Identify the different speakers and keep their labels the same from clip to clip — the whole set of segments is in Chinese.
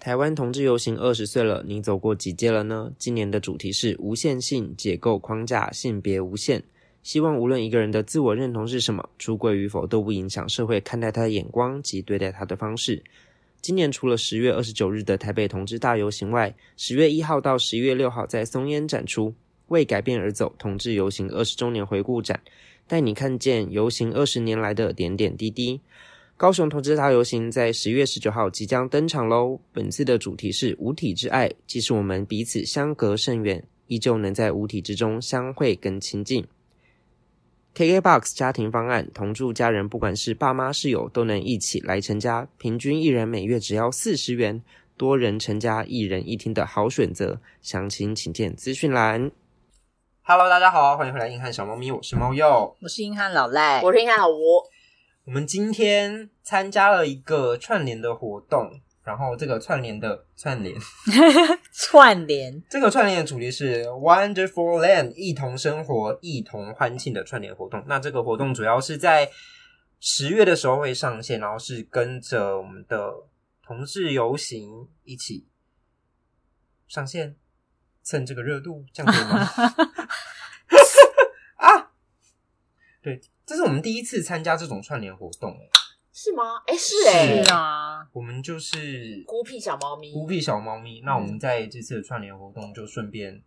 Speaker 1: 台湾同志游行二十岁了，你走过几届了呢？今年的主题是无限性解构框架，性别无限。希望无论一个人的自我认同是什么，出柜与否都不影响社会看待他的眼光及对待他的方式。今年除了十月二十九日的台北同志大游行外，十月一号到十一月六号在松烟展出《为改变而走：同志游行二十周年回顾展》，带你看见游行二十年来的点点滴滴。高雄同志大游行在十月十九号即将登场喽！本次的主题是无体之爱，即使我们彼此相隔甚远，依旧能在无体之中相会跟亲近。KKBOX 家庭方案，同住家人不管是爸妈室友都能一起来成家，平均一人每月只要四十元，多人成家一人一厅的好选择。详情请见资讯栏。Hello，大家好，欢迎回来硬汉小猫咪，我是猫鼬。
Speaker 2: 我是硬汉老赖，
Speaker 3: 我是应该老吴，
Speaker 1: 我们今天参加了一个串联的活动，然后这个串联的串联，
Speaker 2: 串联
Speaker 1: 这个串联的主题是 Wonderful Land，一同生活，一同欢庆的串联活动。那这个活动主要是在十月的时候会上线，然后是跟着我们的同志游行一起上线，蹭这个热度，这样可以吗？ 啊，对，这是我们第一次参加这种串联活动，欸
Speaker 3: 是吗？哎、是哎、
Speaker 1: 是
Speaker 2: 啊，
Speaker 1: 我们就是
Speaker 3: 孤僻小猫咪，
Speaker 1: 孤僻小猫咪。那我
Speaker 2: 嗯
Speaker 1: 们在这次的串联活动就顺便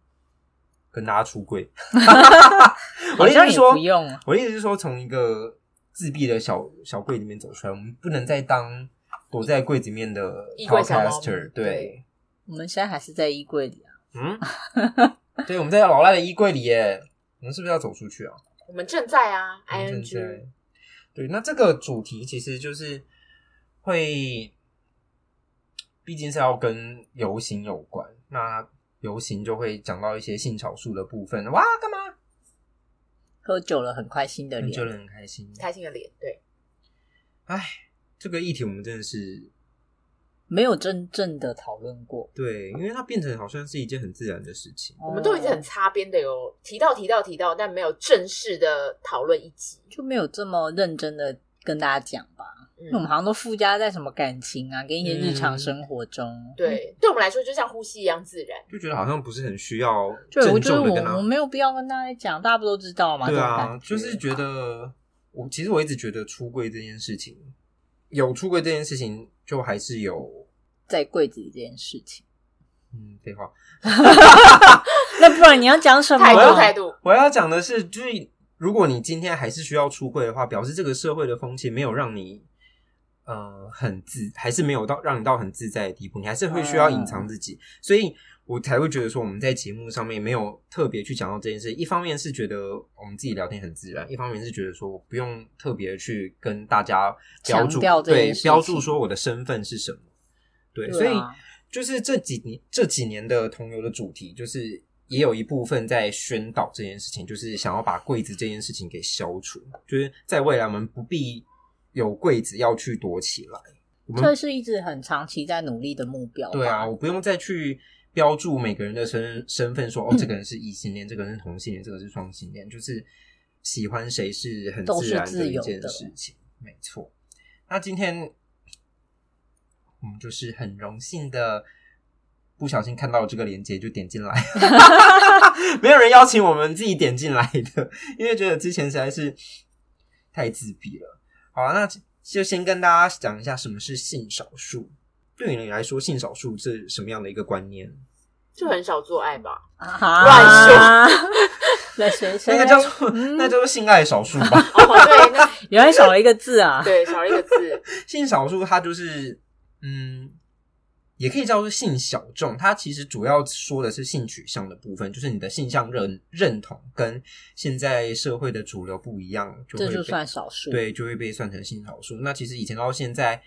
Speaker 1: 跟大家出 柜。我
Speaker 2: 好
Speaker 1: 的意思
Speaker 2: 像
Speaker 1: 是
Speaker 2: 也
Speaker 1: 说
Speaker 2: 不，用，啊
Speaker 1: 我的意思是说，从一个自闭的小小柜里面走出来，我们不能再当躲在柜子里面的
Speaker 3: 衣柜小猫咪
Speaker 1: podcaster。对，
Speaker 2: 我们现在还是在衣柜里啊，
Speaker 1: 嗯， 对，我们在老赖的衣柜里耶，我们是不是要走出去啊？
Speaker 3: 哎我们正在啊
Speaker 1: 我们正
Speaker 3: ，ing
Speaker 1: 在。对，那这个主题其实就是会，毕竟是要跟游行有关。那游行就会讲到一些性少数的部分。哇，干嘛？
Speaker 2: 喝酒了很开心的
Speaker 1: 你觉得
Speaker 2: 脸，
Speaker 1: 很开心。
Speaker 3: 开心的脸，对，
Speaker 1: 这个议题我们真的是
Speaker 2: 没有真正的讨论过，
Speaker 1: 对，因为它变成好像是一件很自然的事情。
Speaker 2: 我
Speaker 3: 我们都一直很擦边的哟，提到提到提到，但没有正式的讨论一集。
Speaker 2: 就没有这么认真的跟大家讲吧，因为我们
Speaker 3: 嗯，
Speaker 2: 好像都附加在什么感情啊，跟一些日常生活中，，
Speaker 3: 嗯对，对我们来说就像呼吸一样自然。
Speaker 1: 就觉得好像不是很需要
Speaker 2: 就我
Speaker 1: 郑
Speaker 2: 觉
Speaker 1: 重
Speaker 2: 得
Speaker 1: 的
Speaker 2: 我
Speaker 1: 跟他
Speaker 2: 我没有必要跟大家讲，大家不都知道嘛，
Speaker 1: 对
Speaker 2: 这种
Speaker 1: 啊，
Speaker 2: 感觉
Speaker 1: 就是觉得我其实我一直觉得出柜这件事情，有出柜这件事情，就还是有
Speaker 2: 在柜子里这件事情，
Speaker 1: 嗯废话。
Speaker 2: 那不然你要讲什么？
Speaker 3: 态
Speaker 1: 我要
Speaker 3: 度态度，
Speaker 1: 我要讲的是，就是如果你今天还是需要出柜的话，表示这个社会的风气没有让你。呃，很自还是没有到让你到很自在的地步，你还是会需要隐藏自己，所以我才会觉得说我们在节目上面没有特别去讲到这件事。一方面是觉得我们自己聊天很自然，一方面是觉得说我不用特别去跟大家标注
Speaker 2: 强调这
Speaker 1: 对
Speaker 2: 件事情
Speaker 1: 标注说我的身份是什么，对，所
Speaker 2: 对
Speaker 1: 以
Speaker 2: 啊
Speaker 1: 就是这几年这几年的同游的主题，就是也有一部分在宣导这件事情，就是想要把柜子这件事情给消除，就是在未来我们不必有柜子要去躲起来。我们
Speaker 2: 这是一直很长期在努力的目标吧，
Speaker 1: 对啊，我不用再去标注每个人的身身份说，哦，这个人是异性恋，这个人是同性恋，这个是双性恋，就是喜欢谁是很
Speaker 2: 都
Speaker 1: 自
Speaker 2: 是
Speaker 1: 然
Speaker 2: 自
Speaker 1: 一
Speaker 2: 由
Speaker 1: 件
Speaker 2: 的
Speaker 1: 事情，没错。那今天我们就是很荣幸的。不小心看到这个链接就点进来， 没有人邀请我们自己点进来的，因为觉得之前实在是太自闭了。好啊，那就先跟大家讲一下什么是性少数。对你来说，性少数是什么样的一个观念？
Speaker 3: 就很少做爱吧？
Speaker 2: 啊 乱说，那谁谁
Speaker 1: 那个叫做、
Speaker 2: 嗯
Speaker 1: 那叫做性爱少数吧。
Speaker 3: 哦，对，那
Speaker 2: 原来少了一个字啊，
Speaker 3: 对少了一个字，
Speaker 1: 性少数它就是嗯，也可以叫做性小众。它其实主要说的是性取向的部分，就是你的性向认认同跟现在社会的主流不一样，就会
Speaker 2: 这就
Speaker 1: 被
Speaker 2: 算少数，，
Speaker 1: 对，就会被算成性少数。那其实以前到现在，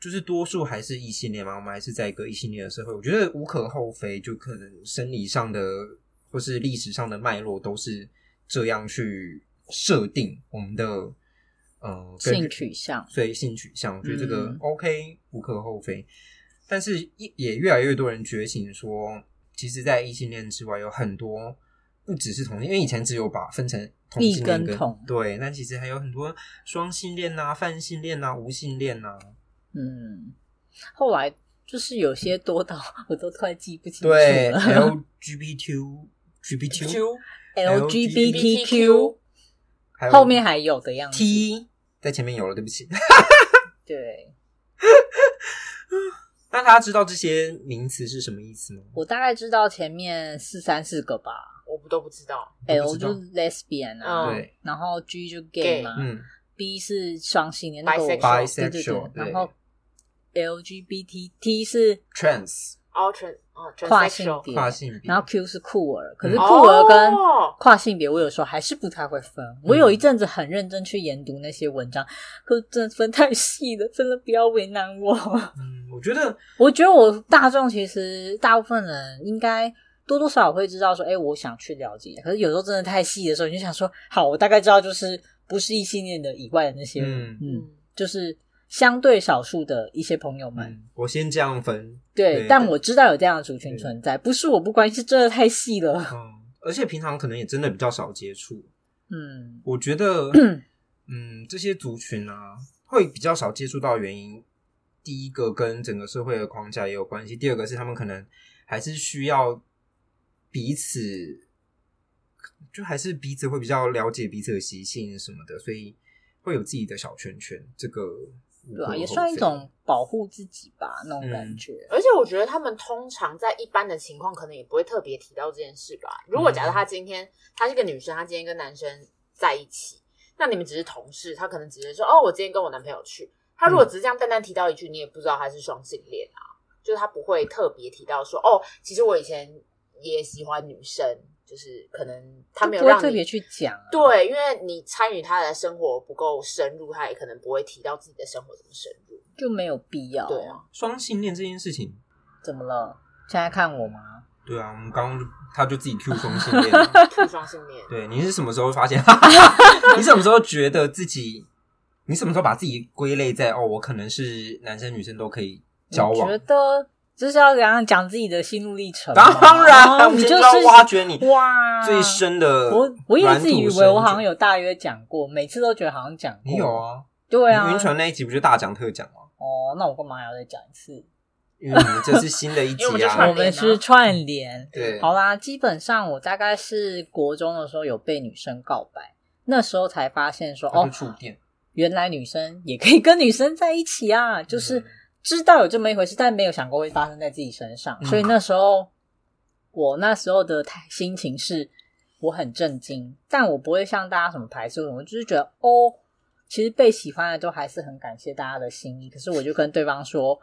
Speaker 1: 就是多数还是异性恋嘛，我们还是在一个异性恋的社会，我觉得无可厚非，就可能生理上的或是历史上的脉络都是这样去设定我们的呃跟
Speaker 2: 性取向
Speaker 1: 所以性取向，我觉得这个
Speaker 2: 嗯
Speaker 1: OK、无可厚非。但是也也越来越多人觉醒说，其实，在异性恋之外有很多不只是同性，因为以前只有把分成同性恋
Speaker 2: 异跟同
Speaker 1: 对，但其实还有很多啊双性恋呐、泛性恋呐、无性恋呐、
Speaker 2: 嗯，后来就是有些多到 我都突然记不清楚
Speaker 1: 对
Speaker 2: 了。
Speaker 1: ，LGBTQ GBTQ
Speaker 3: Q
Speaker 2: LGBTQ
Speaker 1: 还有
Speaker 2: 后面还有的样子。
Speaker 1: T 在前面有了，对不起。
Speaker 2: 对
Speaker 1: 那大家知道这些名词是什么意思吗？
Speaker 2: 我大概知道前面四三四个吧。
Speaker 3: 我们都不知道。
Speaker 1: 我不
Speaker 2: L
Speaker 1: 知
Speaker 2: 就
Speaker 1: 道哦
Speaker 2: 是 lesbian 啊，
Speaker 3: 嗯
Speaker 1: 对，
Speaker 2: 然后 G 就 gay 嘛、
Speaker 1: 嗯，
Speaker 2: b 是双性恋，那个我
Speaker 3: Bisexual
Speaker 2: 对对
Speaker 1: Bisexual，对
Speaker 2: 对，然后 LGBT T 是
Speaker 1: trans
Speaker 3: Ultra 哦，
Speaker 2: 跨性
Speaker 3: transsexual
Speaker 2: 别
Speaker 1: 跨性别，
Speaker 2: 然后 Q 是酷儿，可是
Speaker 1: 嗯
Speaker 2: 酷儿跟
Speaker 3: 哦
Speaker 2: 跨性别，我有时候还是不太会分。我有一阵子很认真去研读那些文章，可是真的分太细了，真的不要为难我。
Speaker 1: 嗯，我觉得
Speaker 2: 我觉得我大众其实大部分人应该多多少少会知道说，哎，我想去了解。可是有时候真的太细的时候，你就想说，好，我大概知道就是不是异性恋的以外的那些人，嗯
Speaker 3: 嗯
Speaker 2: 就是相对少数的一些朋友们。
Speaker 1: 嗯，我先这样分，
Speaker 2: 对
Speaker 1: 对，
Speaker 2: 但我知道有这样的族群
Speaker 1: 对
Speaker 2: 存在，不是我不关心，是真的太细了。
Speaker 1: 嗯，而且平常可能也真的比较少接触。
Speaker 2: 嗯，
Speaker 1: 我觉得， 嗯，这些族群啊，会比较少接触到原因。第一个跟整个社会的框架也有关系，第二个是他们可能还是需要彼此，就还是彼此会比较了解彼此的习性什么的，所以会有自己的小圈圈。这个无
Speaker 2: 对啊，
Speaker 1: 可
Speaker 2: 也
Speaker 1: 厚
Speaker 2: 算一
Speaker 1: 非
Speaker 2: 种保护自己吧，那种
Speaker 1: 嗯
Speaker 2: 感觉。
Speaker 3: 而且我觉得他们通常在一般的情况，可能也不会特别提到这件事吧。如果假设他今天她是个女生，她今天跟男生在一起，那你们只是同事，她可能只是说哦，我今天跟我男朋友去。她如果只是这样淡淡提到一句，你也不知道她是双性恋啊，就是她不会特别提到说哦，其实我以前也喜欢女生，就是可能她没有
Speaker 2: 就不
Speaker 3: 让
Speaker 2: 会特
Speaker 3: 你
Speaker 2: 别去讲、啊，
Speaker 3: 对，因为你参与她的生活不够深入，她也可能不会提到自己的生活怎么深入。
Speaker 2: 就没有必要。
Speaker 3: 对啊，
Speaker 1: 双性恋这件事情。
Speaker 2: 怎么了？现在看我吗？
Speaker 1: 对啊，我们刚刚就他就自己 Q 双性 恋了， 啊
Speaker 2: 哦
Speaker 3: 不 双性恋，
Speaker 1: 对，你是什么时候发现？ 你什么时候觉得自己？你什么时候把自己归类在哦，我可能是男生女生都可以交
Speaker 2: 我
Speaker 1: 往
Speaker 2: 觉？得就是要怎样讲自己的心路历程嘛。
Speaker 1: 当然，我
Speaker 2: 哦你
Speaker 1: 们
Speaker 2: 就
Speaker 1: 要
Speaker 2: 是
Speaker 1: 挖掘你
Speaker 2: 哇
Speaker 1: 最。深的
Speaker 2: 我我一直以为我好像
Speaker 1: 有，
Speaker 2: 有大约讲过，每次都觉得好像讲过。
Speaker 1: 你有？啊？
Speaker 2: 对啊。
Speaker 1: 你晕船那一集不就大讲特讲吗？
Speaker 2: 哦，那我干嘛还要再讲一次？
Speaker 1: 因为你们这是新的一
Speaker 3: 因为我们
Speaker 1: 集
Speaker 3: 就
Speaker 1: 啊
Speaker 3: 串
Speaker 2: 我
Speaker 3: 联，
Speaker 2: 们是串联，
Speaker 1: 对，
Speaker 2: 好啦，基本上我大概是国中的时候有被女生告白，那时候才发现说，
Speaker 1: 那就
Speaker 2: 哦，
Speaker 1: 触电，
Speaker 2: 原来女生也可以跟女生在一起啊，
Speaker 1: 嗯
Speaker 2: 就是知道有这么一回事，但没有想过会发生在自己身上。
Speaker 1: 嗯
Speaker 2: 所以那时候，我那时候的态心情是我很震惊，但我不会像大家什么排斥什么，我就是觉得哦，其实被喜欢的都还是很感谢大家的心意。可是我就跟对方说。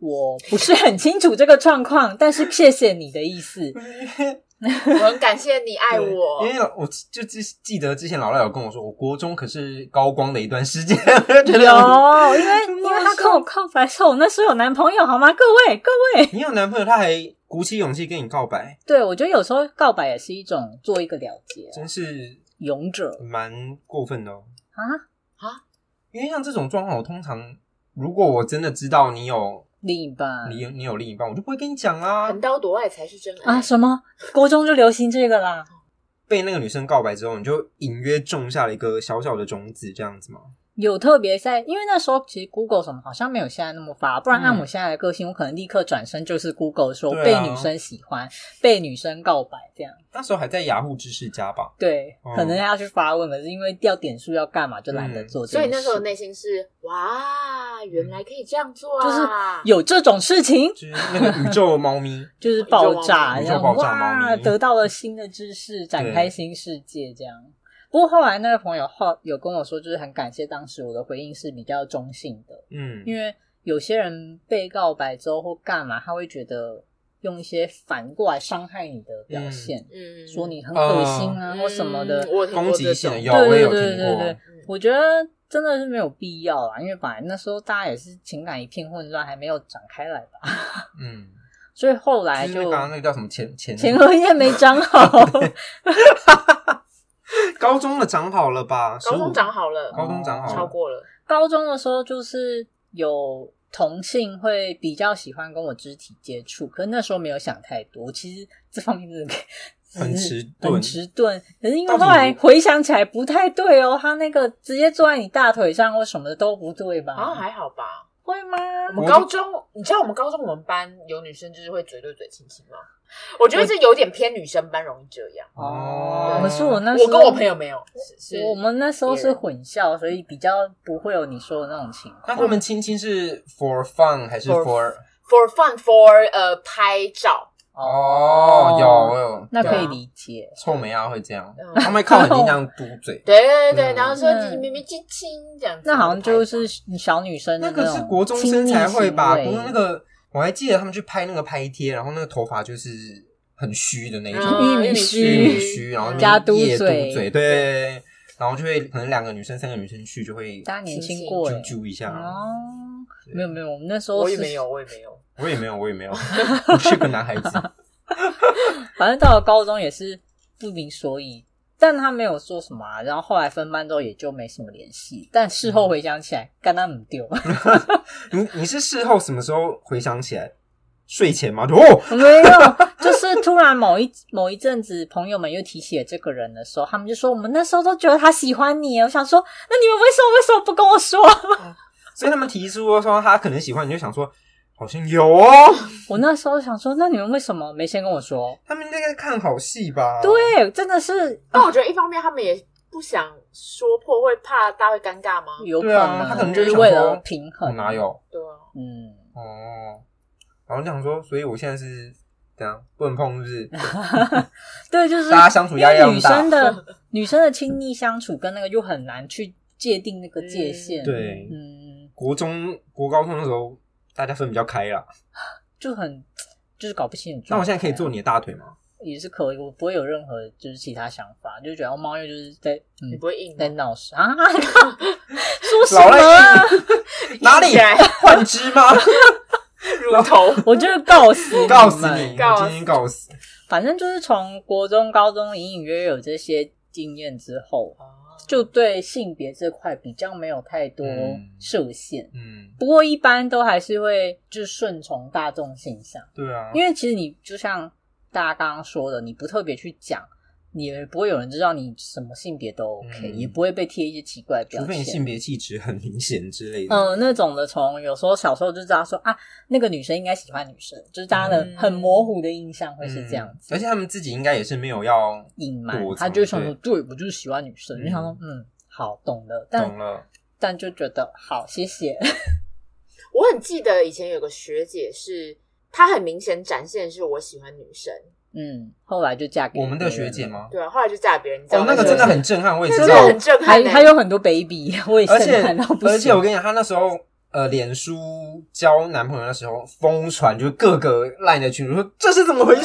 Speaker 2: 我不是很清楚这个状况，但是谢谢你的意思。
Speaker 3: 我很感谢你爱
Speaker 1: 对
Speaker 3: 我，
Speaker 1: 因为我就记记得之前老赖有跟我说，我国中可是高光的一段时间， 我就觉得
Speaker 2: 有，因为因为他跟我告白说，我那时候有男朋友，好吗？各位各位，
Speaker 1: 你有男朋友，他还鼓起勇气跟你告白，
Speaker 2: 对我觉得有时候告白也是一种做一个了结，
Speaker 1: 真是
Speaker 2: 勇者
Speaker 1: 蛮过分的哦。
Speaker 2: 啊，
Speaker 1: 因为像这种状况，我通常如果我真的知道你有
Speaker 2: 另一
Speaker 3: 嗯
Speaker 2: 半
Speaker 1: 你你有另一半，我就不会跟你讲啊啦
Speaker 3: 横。刀夺爱才是真爱
Speaker 2: 啊，什么国中就流行这个啦？
Speaker 1: 被那个女生告白之后，你就隐约种下了一个小小的种子，这样子吗？
Speaker 2: 有特别在，因为那时候其实 Google 什么好像没有现在那么发达，不然
Speaker 1: 嗯
Speaker 2: 按我现在的个性，我可能立刻转身就是 Google 说
Speaker 1: 对
Speaker 2: 被
Speaker 1: 啊
Speaker 2: 女生喜欢、被女生告白这样。
Speaker 1: 那时候还在雅虎知识家吧？
Speaker 2: 对，
Speaker 1: 哦
Speaker 2: 可能要去发问，可是因为掉点数要干嘛，就懒得
Speaker 1: 嗯
Speaker 2: 做这
Speaker 3: 所
Speaker 2: 件
Speaker 3: 以
Speaker 2: 事。
Speaker 3: 那时候内心是哇，原来可以这样做啊！
Speaker 2: 有这种事情，
Speaker 1: 就是那个宇宙 猫咪，
Speaker 2: 就是爆炸，
Speaker 1: 宇宙
Speaker 2: 然
Speaker 1: 猫咪宇宙
Speaker 2: 后
Speaker 1: 爆炸猫咪
Speaker 2: 哇，得到了新的知识，展开新世界这样。不过后来那个朋友后有跟我说，就是很感谢当时我的回应是比较中性的，
Speaker 1: 嗯，
Speaker 2: 因为有些人被告白之后或干嘛，他会觉得用一些反过来伤害你的表现，
Speaker 3: 嗯
Speaker 2: 说你很恶心啊、
Speaker 3: 嗯
Speaker 2: 或什么的。
Speaker 3: 我有听过
Speaker 1: 攻击
Speaker 3: 这
Speaker 1: 性的
Speaker 3: 种
Speaker 1: 有，
Speaker 2: 对
Speaker 1: 我也有
Speaker 2: 对对
Speaker 1: 听过
Speaker 2: 对。
Speaker 3: 嗯
Speaker 2: 我觉得真的是没有必要啦，因为本来那时候大家也是情感一片混乱，还没有展开来吧，
Speaker 1: 嗯，
Speaker 2: 所以后来
Speaker 1: 就是那
Speaker 2: 就
Speaker 1: 刚刚那个叫什么前前
Speaker 2: 前额叶没长好。
Speaker 1: 高中的长好了吧？
Speaker 3: 高中
Speaker 1: 15
Speaker 3: 长好了，
Speaker 1: 高中长好了嗯
Speaker 3: 超过了，
Speaker 2: 高中的时候就是有同性会比较喜欢跟我肢体接触，可是那时候没有想太多。我其实这方面真的
Speaker 1: 很
Speaker 2: 只是
Speaker 1: 迟钝
Speaker 2: 很迟钝。可是因为
Speaker 1: 到底
Speaker 2: 后来回想起来不太对哦，他那个直接坐在你大腿上或什么的都不对吧？
Speaker 3: 啊好像还好吧。
Speaker 2: 会吗？
Speaker 3: 我们高中，你知道我们高中我们班有女生就是会嘴对嘴亲亲吗？我觉得这有点偏女生班容易这样。
Speaker 1: 哦
Speaker 2: 可是我那时候
Speaker 3: 我跟我朋友没有，是是
Speaker 2: 我们那时候是混校，所以比较不会有你说的那种情
Speaker 1: 那
Speaker 2: 况。
Speaker 1: 他们亲亲是 for fun 还是
Speaker 3: For-
Speaker 1: for？
Speaker 3: for fun for 呃拍照，
Speaker 1: 哦，有我有，
Speaker 2: 那可以
Speaker 1: 有
Speaker 2: 理解。
Speaker 1: 臭美啊会这样，
Speaker 3: 嗯。
Speaker 1: 他们靠很近这 样嘟嘴
Speaker 3: 对对对，
Speaker 1: 嗯
Speaker 3: 然后说
Speaker 2: 嗯
Speaker 3: 你明明亲亲这样子，
Speaker 2: 那好像就是小女生的
Speaker 1: 那个
Speaker 2: 种
Speaker 1: 是国中生才会吧？
Speaker 2: 亲
Speaker 1: 国
Speaker 2: 密
Speaker 1: 中那
Speaker 2: 行为
Speaker 1: 个我还记得他们去拍那个拍贴，然后那个头发就是很虚的那一种，
Speaker 3: 嗯
Speaker 2: 玉米
Speaker 1: 虚
Speaker 2: 须
Speaker 1: 玉米须，然后
Speaker 2: 嗯加嘟
Speaker 1: 夜嘟
Speaker 2: 嘴
Speaker 1: 嘴，对，然后就会可能两个女生、三个女生去就会
Speaker 2: 大家年轻过哎
Speaker 1: 啾啾一下。
Speaker 2: 哦，没有没有，我们那时候
Speaker 3: 我也
Speaker 2: 是
Speaker 3: 没有，，我也没有，
Speaker 1: 我也没有，我也没有，我是个男 孩子。
Speaker 2: 反正到了高中也是不明所以，但他没有说什么啊。然后后来分班之后也就没什么联系，但事后回想起来，干他母 丢，
Speaker 1: 你你是事后什么时候回想起来？睡前吗？就哦，
Speaker 2: 没有，就是突然某一 某一阵子，朋友们又提起了这个人的时候，他们就说我们那时候都觉得他喜欢你耶。我想说，那你们为什么为什么不跟我 说？
Speaker 1: 所以他们提出说他可能喜欢，你就想说好像有哦，
Speaker 2: 我那时候想说，那你们为什么没先跟我说？
Speaker 1: 他们应该在看好戏吧？，
Speaker 2: 对，啊真的是
Speaker 3: 但我觉得一方面他们也不想说破，会怕大家会尴尬吗？
Speaker 2: 有可
Speaker 1: 对啊，他可
Speaker 2: 能
Speaker 1: 能就是
Speaker 2: 是
Speaker 1: 想
Speaker 2: 为
Speaker 1: 说
Speaker 2: 了平
Speaker 1: 我
Speaker 2: 衡，
Speaker 1: 哪有
Speaker 3: 对啊，
Speaker 2: 嗯，
Speaker 1: 哦？然后就想说，所以我现在是怎样不能碰，是不是？
Speaker 2: 对，就是
Speaker 1: 大家相处压力
Speaker 2: 因
Speaker 1: 要
Speaker 2: 为女
Speaker 1: 很大
Speaker 2: 生的女生的亲密相处跟那个又很难去界定那个界限，
Speaker 3: 嗯
Speaker 1: 对
Speaker 2: 嗯，
Speaker 1: 国中、国高中的时候，大家分比较开啦。
Speaker 2: 就很就是搞不清楚。啊
Speaker 1: 那我现在可以做你的大腿 吗？
Speaker 2: 也是可以，我不会有任何就是其他想法，就觉得哦猫又就是在
Speaker 3: 你
Speaker 2: 嗯
Speaker 3: 不会硬吗
Speaker 2: 在闹 事啊，说什
Speaker 1: 老
Speaker 2: 么啊？
Speaker 1: 哪里
Speaker 3: 硬起来
Speaker 1: 换只 吗？
Speaker 3: 乳头？
Speaker 2: 我就是告死你们
Speaker 1: 告死
Speaker 3: 告死
Speaker 1: 你！我今天告死！
Speaker 2: 反正就是从国中、高中隐隐约约有这些经验之后，
Speaker 3: 啊
Speaker 2: 就对性别这块比较没有太多
Speaker 1: 嗯
Speaker 2: 设限。
Speaker 1: 嗯，
Speaker 2: 不过一般都还是会就是顺从大众现象，
Speaker 1: 对啊，
Speaker 2: 因为其实你就像大家刚刚说的，你不特别去讲，你也不会有人知道你什么性别都 OK，、
Speaker 1: 嗯
Speaker 2: 也不会被贴一些奇怪的标
Speaker 1: 除非你
Speaker 2: 签
Speaker 1: 性。别气质很明显之类的。
Speaker 2: 嗯、那种的从有时候小时候就知道说啊，那个女生应该喜欢女生，就是大家的
Speaker 3: 嗯
Speaker 2: 很模糊的印象会
Speaker 1: 嗯，
Speaker 2: 是这样子，
Speaker 1: 而且他们自己应该也是没有要
Speaker 2: 隐瞒
Speaker 1: 躲。藏
Speaker 2: 他就会想说，对我就是喜欢女生，
Speaker 1: 嗯
Speaker 2: 就想说嗯，好懂了，但
Speaker 1: 懂了，
Speaker 2: 但就觉得好谢谢，
Speaker 3: 我很记得以前有个学姐是，她很明显展现的是我喜欢女生，
Speaker 2: 嗯，后来就嫁给
Speaker 1: 我们的
Speaker 2: 别人
Speaker 1: 学姐
Speaker 2: 了。
Speaker 1: 吗？
Speaker 3: 对啊，后来就嫁别人，你知道
Speaker 1: 哦，
Speaker 3: 吗
Speaker 1: 那个真的很震撼，我也
Speaker 3: 那
Speaker 1: 知
Speaker 3: 真
Speaker 1: 道
Speaker 3: 的。很震撼
Speaker 2: 还
Speaker 3: 欸，
Speaker 2: 还有很多 baby，我也
Speaker 1: 而且
Speaker 2: 震撼到不行。
Speaker 1: 而且我跟你讲，她那时候呃，脸书交男朋友的时候疯传，就是各个烂的群主说这是怎么回事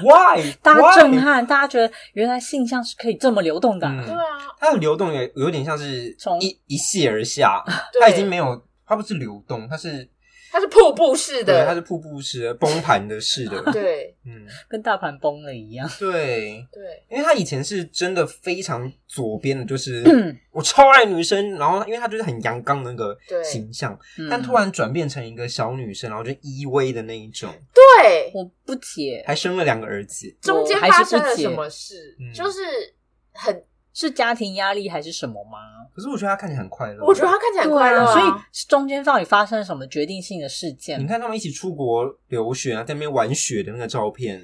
Speaker 1: ？Why？
Speaker 2: 大家
Speaker 1: Why？
Speaker 2: 震撼，大家觉得原来性向是可以这么流动的啊、
Speaker 1: 嗯
Speaker 3: 对啊，
Speaker 1: 它的流动也有点像是
Speaker 2: 从
Speaker 1: 一一泻而下，
Speaker 3: 对
Speaker 1: 它已经没有，它不是流动，它是
Speaker 3: 她是瀑布式
Speaker 1: 对，它
Speaker 3: 的，
Speaker 1: 是瀑布式的、崩盘的式的。
Speaker 3: 对
Speaker 1: 嗯，
Speaker 2: 跟大盘崩了一样。
Speaker 1: 对，
Speaker 3: 对，
Speaker 1: 因为他以前是真的非常左边的，就是
Speaker 2: 嗯
Speaker 1: 我超爱女生，然后因为他就是很阳刚的那个
Speaker 3: 对
Speaker 1: 形象，
Speaker 2: 嗯
Speaker 1: 但突然转变成一个小女生，然后就依偎的那一种，
Speaker 3: 对，
Speaker 2: 我不解，
Speaker 1: 还生了两个儿子。
Speaker 3: 中间
Speaker 2: 我还是
Speaker 3: 发
Speaker 2: 不
Speaker 3: 生了
Speaker 2: 解
Speaker 3: 什么事
Speaker 1: 嗯？
Speaker 3: 就是很，
Speaker 2: 是家庭压力还是什么吗？
Speaker 1: 可是我觉得他看起来很快乐，
Speaker 3: 我觉得她看起来很快乐
Speaker 2: 啊，
Speaker 3: 啊，
Speaker 2: 所以是中间到底发生了什么决定性的事件
Speaker 1: 你？看他们一起出国留学啊，在那边玩雪的那个照片。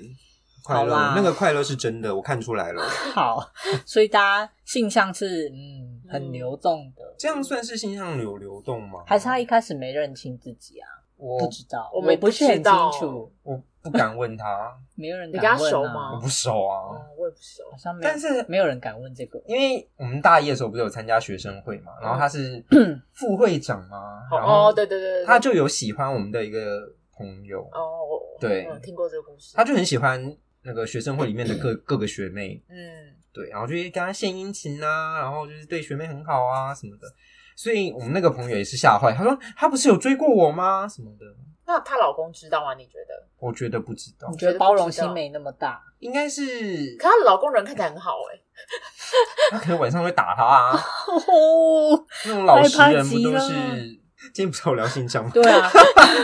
Speaker 1: 快乐
Speaker 2: 好啦，
Speaker 1: 那个快乐是真的，我看出来了。
Speaker 2: 好，所以大家性向是嗯很流动的，
Speaker 1: 这样算是性向流流动吗？
Speaker 2: 还是他一开始没认清自己啊？不
Speaker 1: 我
Speaker 2: 知道，
Speaker 3: 我
Speaker 2: 我
Speaker 3: 们
Speaker 2: 不是很
Speaker 3: 不知道
Speaker 2: 清楚，
Speaker 1: 我不敢 问他，
Speaker 2: 没有人
Speaker 3: 你
Speaker 2: 敢
Speaker 3: 跟他
Speaker 2: 问、啊、
Speaker 3: 熟吗
Speaker 1: 我不熟啊。
Speaker 3: 嗯我也不熟，
Speaker 2: 好像没有，
Speaker 1: 但是
Speaker 2: 没有人敢问这个。
Speaker 1: 因为我们大一的时候不是有参加学生会嘛，然后他是副会长嘛，然
Speaker 3: 嗯哦，
Speaker 1: 后
Speaker 3: 哦对对对，对
Speaker 1: 他就有喜欢我们的一个朋友，
Speaker 3: 哦，我
Speaker 1: 对
Speaker 3: 嗯听过这个故事，
Speaker 1: 他就很喜欢那个学生会里面的各 各个学妹，
Speaker 3: 嗯，
Speaker 1: 对，然后就会跟他献殷勤啊，然后就是对学妹很好啊什么的，所以我们那个朋友也是吓坏，他说他不是有追过我吗？什么的，
Speaker 3: 那她老公知道吗？你觉得？
Speaker 1: 我觉得不知道
Speaker 2: 你，觉得包容心没那么大？
Speaker 1: 应该是
Speaker 3: 可她老公人看起来很好哎，
Speaker 1: 他可能晚上会打他啊，
Speaker 2: 哦，
Speaker 1: 那种老实人不都
Speaker 2: 害怕极了
Speaker 1: 是？今天不是有聊性向吗？
Speaker 2: 对啊，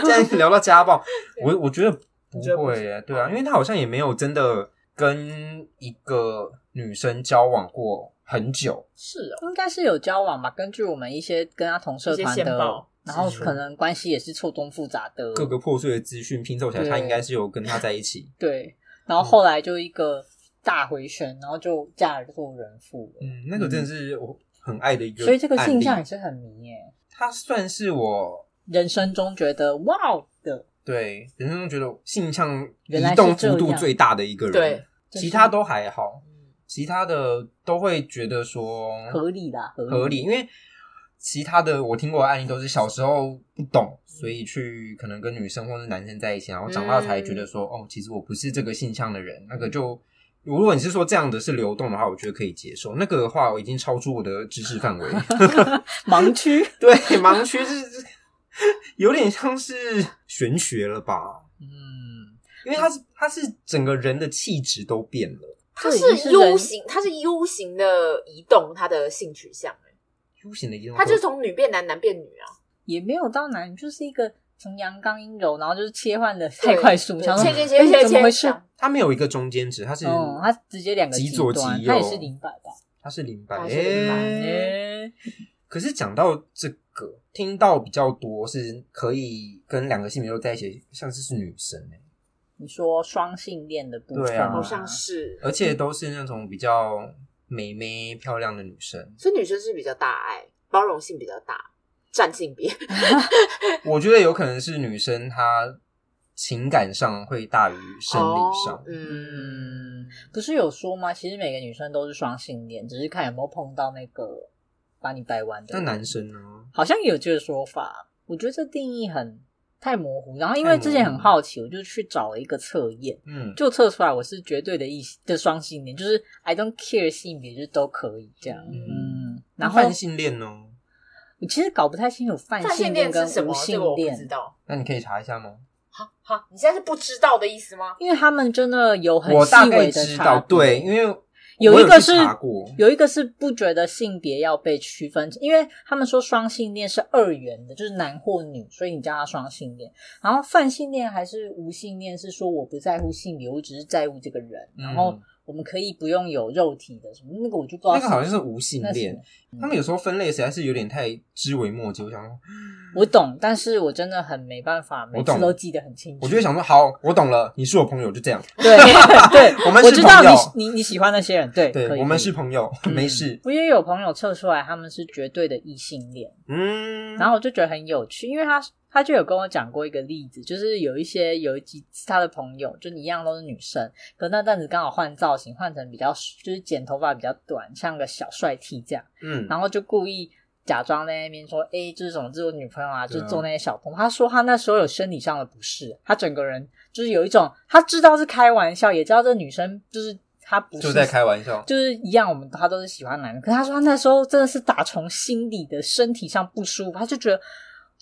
Speaker 1: 现在聊到家暴，我我觉得不
Speaker 3: 你觉得不
Speaker 1: 会耶，对啊，因为他好像也没有真的跟一个女生交往过很久，
Speaker 3: 是哦，
Speaker 2: 应该是有交往吧？根据我们一些跟他同社团
Speaker 3: 一些线
Speaker 2: 的
Speaker 3: 报
Speaker 2: 然后可能关系也是错综复杂的，
Speaker 1: 各个破碎的资讯拼凑起来，
Speaker 2: 对
Speaker 1: 他应该是有跟他在一起。
Speaker 2: 对，然后后来就一个大回旋，然后就嫁人做人妇了。
Speaker 1: 嗯，那个真的是我很爱的一个案例，
Speaker 2: 所以这个性向也是很迷耶，
Speaker 1: 他算是我
Speaker 2: 人生中觉得哇哦的，
Speaker 1: 对人生中觉得性向
Speaker 2: 原
Speaker 1: 移
Speaker 2: 来是
Speaker 1: 动
Speaker 2: 这
Speaker 1: 幅度
Speaker 2: 样
Speaker 1: 最大的一个人。
Speaker 3: 对，
Speaker 2: 就是
Speaker 1: 其他都还好，
Speaker 3: 嗯
Speaker 1: 其他的都会觉得说
Speaker 2: 合理啦，合理
Speaker 1: 合理，因为其他的我听过的案例都是小时候不懂，所以去可能跟女生或是男生在一起，然后长大才觉
Speaker 2: 嗯
Speaker 1: 得说，哦，其实我不是这个性向的人。那个就，如果你是说这样的是流动的话，我觉得可以接受。那个的话，我已经超出我的知识范围。
Speaker 2: 盲区。
Speaker 1: 对，盲区是 有点像是玄学了吧？
Speaker 2: 嗯，
Speaker 1: 因为它是它是整个人的气质都变
Speaker 2: 嗯
Speaker 1: 了
Speaker 3: 他
Speaker 2: 这已经
Speaker 3: 是
Speaker 2: 是
Speaker 3: U
Speaker 2: 人
Speaker 3: 型，他是 U 型的移动，他的性取向，
Speaker 1: ，U 型的移动会，
Speaker 3: 他就是从女变男，男变女啊，
Speaker 2: 也没有到男，就是一个从阳刚阴柔，然后就是切换的太快速，
Speaker 3: 对
Speaker 2: 想
Speaker 3: 切
Speaker 2: 说
Speaker 3: 切切
Speaker 2: 哎
Speaker 3: 切
Speaker 2: 怎么回
Speaker 3: 切，
Speaker 2: 事
Speaker 3: 这？样
Speaker 1: 它没有一个中间值，它是
Speaker 2: 哦，他直接两个
Speaker 1: 极
Speaker 2: 极
Speaker 1: 左
Speaker 2: 端，
Speaker 1: 极右
Speaker 2: 他也是零百吧？
Speaker 1: 它是零版，
Speaker 3: 它是零版
Speaker 1: 诶
Speaker 2: 哎，
Speaker 1: 可是讲到这个，听到比较多是可以跟两个性别都在一起，像是是女生、欸、
Speaker 2: 你说双性恋的部分
Speaker 1: 对啊
Speaker 2: 吗，
Speaker 3: 好像是。
Speaker 1: 而且都是那种比较美眉漂亮的女生。
Speaker 3: 所以女生是比较大爱，包容性比较大，占性别。
Speaker 1: 我觉得有可能是女生她情感上会大于生理上
Speaker 3: 哦，嗯，
Speaker 2: 嗯，不是有说吗？其实每个女生都是双性恋，只是看有没有碰到那个把你掰弯的
Speaker 1: 那
Speaker 2: 人。
Speaker 1: 男生呢？
Speaker 2: 好像有这个说法，我觉得这定义很太模糊。然后因
Speaker 1: 太
Speaker 2: 为
Speaker 1: 模糊
Speaker 2: 之前很好奇，我就去找了一个测验，
Speaker 1: 嗯，
Speaker 2: 就测出来我是绝对的异的双性恋，就是 I don't care 性别，就是都可以这样。
Speaker 1: 嗯
Speaker 2: 嗯，然
Speaker 1: 那
Speaker 2: 后
Speaker 1: 泛性恋呢？
Speaker 2: 我其实搞不太清楚泛
Speaker 3: 占性恋
Speaker 2: 恋跟
Speaker 3: 是什么
Speaker 2: 无？
Speaker 3: 这个我
Speaker 2: 性
Speaker 3: 不知
Speaker 2: 恋，
Speaker 3: 道。
Speaker 1: 那你可以查一下吗？
Speaker 3: 哈，你现在是不知道的意思吗？
Speaker 2: 因为他们真的有很
Speaker 1: 我
Speaker 2: 细
Speaker 1: 大概
Speaker 2: 微的
Speaker 1: 知
Speaker 2: 差
Speaker 1: 道，
Speaker 2: 别。
Speaker 1: 对，因为
Speaker 2: 有
Speaker 1: 我
Speaker 2: 一
Speaker 1: 去
Speaker 2: 个是
Speaker 1: 查过，
Speaker 2: 有一个是不觉得性别要被区分，因为他们说双性恋是二元的，就是男或女，所以你叫他双性恋。然后泛性恋还是无性恋是说我不在乎性别，我只是在乎这个人，
Speaker 1: 嗯
Speaker 2: 然后我们可以不用有肉体的什么，那个我就不知道
Speaker 1: 那
Speaker 2: 是。
Speaker 1: 个好像是无性
Speaker 2: 那是嗯
Speaker 1: 恋，他们有时候分类实在是有点太枝微末节，我想说，
Speaker 2: 我懂，但是我真的很没办法，每
Speaker 1: 我懂
Speaker 2: 次都记得很清楚。
Speaker 1: 我就会想说，好，我懂了，你是我朋友，就 这样。
Speaker 2: 对对，
Speaker 1: 我们是
Speaker 2: 知道
Speaker 1: 朋友
Speaker 2: 你你你喜欢那些人，对，可
Speaker 1: 对，
Speaker 2: 以
Speaker 1: 我们
Speaker 2: 可以
Speaker 1: 是朋友，
Speaker 2: 嗯
Speaker 1: 没事。
Speaker 2: 我也有朋友测出来他们是绝对的异性恋。
Speaker 1: 嗯，
Speaker 2: 然后我就觉得很有趣，因为他他就有跟我讲过一个例子，就是有一些有一集是他的朋友，就一样都是女生，可那阵子刚好换造型，换成比较就是剪头发比较短，像个小帅 T 这样，
Speaker 1: 嗯，
Speaker 2: 然后就故意。假装在那边说：“哎、这是什么？这是我女朋友啊，就
Speaker 1: 对啊
Speaker 2: 做那些小动作。他说他那时候有生理上的不适，他整个人就是有一种，他知道是开玩笑，也知道这女生就是她不是
Speaker 1: 就在开玩笑。
Speaker 2: 就是一样，我们他都是喜欢男的，可是他说他那时候真的是打从心里的身体上不舒服，他就觉得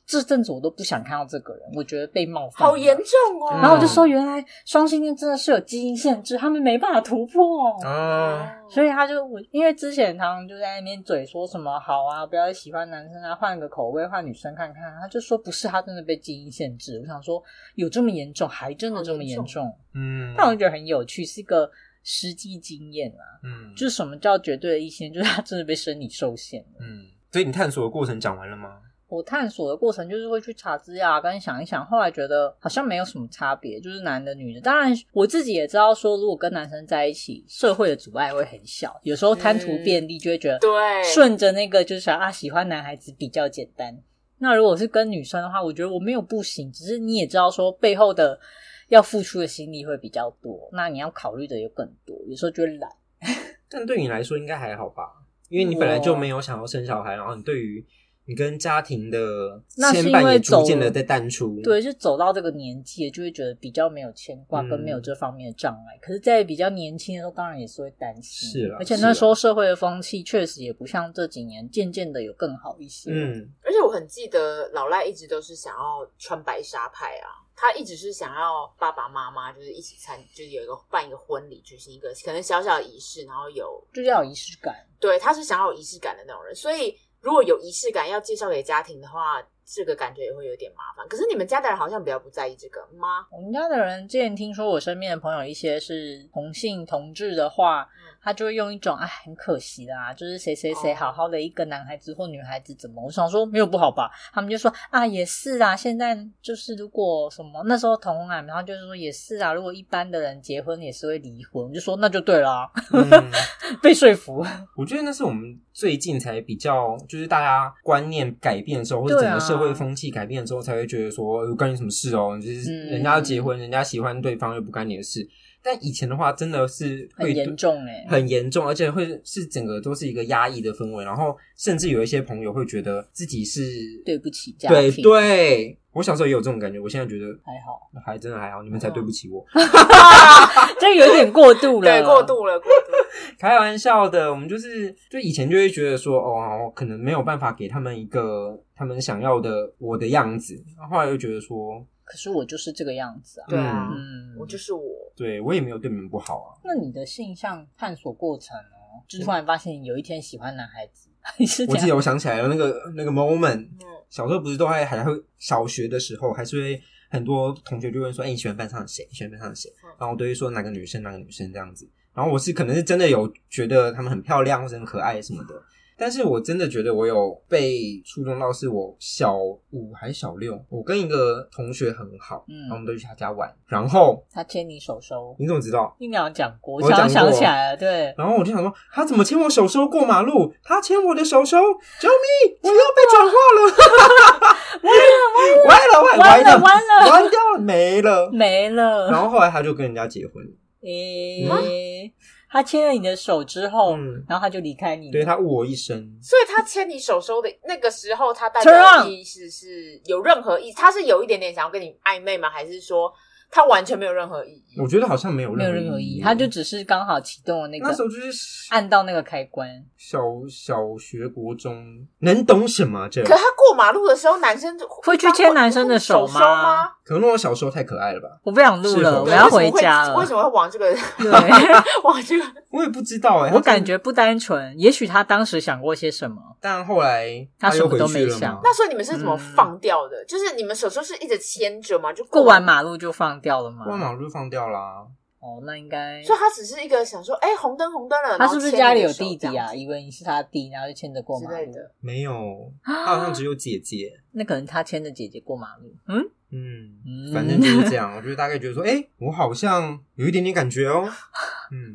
Speaker 2: 这阵子我都不想看到这个人，我觉得被冒犯，
Speaker 3: 好严。重哦。
Speaker 1: 嗯
Speaker 2: 然后我就说，原来双性恋真的是有基因限制，他们没办法突破。
Speaker 1: 哦，
Speaker 2: 所
Speaker 3: 以
Speaker 2: 以他就我，因为之前常常就在那边嘴说什么好啊，不要喜欢男生啊，换个口味，换女生看看啊。他就说不是，他真的被基因限制。我想说有这么严重，还真的这么严
Speaker 3: 好严
Speaker 2: 重？
Speaker 1: 嗯，
Speaker 2: 但我觉得很有趣，是一个实际经验啊。
Speaker 1: 嗯，
Speaker 2: 就是什么叫绝对的异性，就是他真的被生理受限了。
Speaker 1: 嗯，所以你探索的过程讲完了吗？
Speaker 2: 我探索的过程就是会去查资料啊，跟想一想，后来觉得好像没有什么差别，就是男的女的。当然，我自己也知道说，如果跟男生在一起，社会的阻碍会很小，有时候贪图便利就会觉得，
Speaker 3: 对
Speaker 2: 顺着那个就是想啊，喜欢男孩子比较简单。那如果是跟女生的话，我觉得我没有不行，只是你也知道说背后的要付出的心力会比较多，那你要考虑的也更多，有时候就会懒。
Speaker 1: 但对你来说应该还好吧，因为你本来就没有想要生小孩，然后你对于你跟家庭的
Speaker 2: 那是
Speaker 1: 牵
Speaker 2: 因
Speaker 1: 绊也
Speaker 2: 为
Speaker 1: 逐
Speaker 2: 走
Speaker 1: 渐的在淡出。
Speaker 2: 对，是走到这个年纪了，就会觉得比较没有牵挂
Speaker 1: 嗯
Speaker 2: 跟没有这方面的障碍。可是，在比较年轻的时候，当然也是会担心。
Speaker 1: 是啦
Speaker 2: 而且
Speaker 1: 是啦
Speaker 2: 那时候社会的风气确实也不像这几年渐渐的有更好一些。，
Speaker 1: 嗯，
Speaker 3: 而且我很记得老赖一直都是想要穿白纱派啊，他一直是想要爸爸妈妈就是一起参，就是有一个办一个婚礼，举行一个可能小小的仪式，然后有
Speaker 2: 就是要有仪式感。
Speaker 3: 对，他是想要有仪式感的那种人，所以如果有仪式感要介绍给家庭的话，这个感觉也会有点麻烦。可是你们家的人好像比较不在意这个吗？嗯
Speaker 2: 我们家的人之前听说，我身边的朋友一些是同性同志的话，他就会用一种哎，很可惜啦，就是谁谁
Speaker 3: 哦
Speaker 2: 谁好好的一个男孩子或女孩子怎么？我想说没有不好吧，他们就说啊也是啦，现在就是如果什么那时候同啊，然后就是说也是啊，如果一般的人结婚也是会离婚，我就说那就对啦，
Speaker 1: 嗯
Speaker 2: 被说服。
Speaker 1: 我觉得那是我们最近才比较，就是大家观念改变之后，或者
Speaker 2: 对
Speaker 1: 整
Speaker 2: 啊
Speaker 1: 个社会风气改变之后，才会觉得说，呃干你什么事哦？就是
Speaker 2: 嗯
Speaker 1: 人家要结婚，人家喜欢对方又不干你的事。但以前的话，真的是会
Speaker 2: 很严重欸
Speaker 1: 很严重，而且会是整个都是一个压抑的氛围，然后甚至有一些朋友会觉得自己是
Speaker 2: 对不起家
Speaker 1: 对
Speaker 2: 庭，
Speaker 1: 对。我小时候也有这种感觉，我现在觉得
Speaker 2: 还好，
Speaker 1: 还真的还好，你们
Speaker 2: 嗯
Speaker 1: 才对不起我。
Speaker 2: 这有点过度了，
Speaker 3: 对，过。度了，过度了。
Speaker 1: 开玩笑的，我们就是就以前就会觉得说，哦，可能没有办法给他们一个他们想要的我的样子，然后后来又觉得说，
Speaker 2: 可是我就是这个样子啊，
Speaker 3: 对啊
Speaker 1: 嗯
Speaker 2: 嗯，
Speaker 3: 我就是我，
Speaker 1: 对我也没有对你们不好啊。
Speaker 2: 那你的性向探索过程哦，就突然发现有一天喜欢男孩子， 你是
Speaker 1: 嗯我
Speaker 2: 这
Speaker 1: 记得
Speaker 2: 样？
Speaker 1: 我想起来了，那个那个 moment，
Speaker 3: 嗯，
Speaker 1: 小时候不是都还还会小学的时候还是会很多同学就问说，哎、你喜欢班上的谁？你喜欢班上的谁
Speaker 3: 嗯？
Speaker 1: 然后我都会说哪个女生哪个女生这样子。然后我是可能是真的有觉得她们很漂亮或者很可爱什么的，但是我真的觉得我有被触动到，是我小五还是小六，我跟一个同学很好，
Speaker 2: 嗯
Speaker 1: 然后我们都去他家玩。然后
Speaker 2: 他牵你手手，
Speaker 1: 你怎么知道？
Speaker 2: 你俩讲过，
Speaker 1: 嗯我
Speaker 2: 想要
Speaker 1: 讲过
Speaker 2: 想起来了，对，
Speaker 1: 然后我就想说，他怎么牵我手手过马路？他牵我的手手，救命！我要被转化了，歪了 歪了
Speaker 2: 完
Speaker 1: 歪
Speaker 2: 了
Speaker 1: 了
Speaker 2: 完了，
Speaker 1: 弯掉了，没了。
Speaker 2: 没了。
Speaker 1: 然后后嗯来他就跟人家结婚，
Speaker 2: 诶、他牵了你的手之后，
Speaker 1: 嗯
Speaker 2: 然后他就离开你了，
Speaker 1: 对他误我一生。
Speaker 3: 所以他牵你手手的那个时候，他代
Speaker 2: Turn
Speaker 3: 表
Speaker 2: on
Speaker 3: 的意思是有任何意，他是有一点点想要跟你暧昧吗？还是说他完全没有任何意义？
Speaker 1: 我觉得好像没有
Speaker 2: 没有任
Speaker 1: 何
Speaker 2: 何
Speaker 1: 意
Speaker 2: 意
Speaker 1: 义
Speaker 2: 义，他就只是刚好启动了那个
Speaker 1: 那时候就是
Speaker 2: 按到那个开关，
Speaker 1: 小小学、国中，能懂什么啊 这？
Speaker 3: 可他过马路的时候，男生就
Speaker 2: 会去牵男生的手
Speaker 3: 手
Speaker 2: 吗
Speaker 3: 手吗？
Speaker 1: 可能我小时候太可爱了吧，
Speaker 2: 我不想录
Speaker 1: 是
Speaker 2: 了，
Speaker 1: 否
Speaker 2: 我
Speaker 3: 对啊
Speaker 2: 要回家
Speaker 3: 为
Speaker 2: 了
Speaker 3: 什。么会为什么会往这个
Speaker 2: 对，
Speaker 3: 往这个？
Speaker 1: 我也不知道哎、
Speaker 2: 我
Speaker 1: 他真
Speaker 2: 感觉不单纯，也许他当时想过些什么。
Speaker 1: 但后来
Speaker 2: 他什
Speaker 1: 又
Speaker 2: 么
Speaker 1: 回
Speaker 2: 都
Speaker 1: 去
Speaker 2: 没
Speaker 1: 了
Speaker 2: 想
Speaker 1: 嘛。
Speaker 3: 那所以你们是怎么放掉的？就是你们手手是一直牵着吗？就
Speaker 2: 过完，马路就放掉了吗？
Speaker 1: 过马路就放掉啦。
Speaker 2: 哦，那应该
Speaker 3: 所以他只是一个想说，哎、红灯红灯了。
Speaker 2: 他是不是家里有弟弟
Speaker 3: 然后
Speaker 2: 啊？
Speaker 3: 牵你
Speaker 2: 以为你是他弟，然后就牵着过
Speaker 3: 的手
Speaker 2: 马
Speaker 3: 这样之类
Speaker 2: 路。
Speaker 3: 的？
Speaker 1: 没 有，他好像只有姐姐。
Speaker 2: 那可能他牵着姐姐过马路。嗯，
Speaker 1: 嗯
Speaker 2: 嗯，
Speaker 1: 反 正 就是这样。我觉得大概觉得说，哎、我好像有一点点感觉哦。 嗯，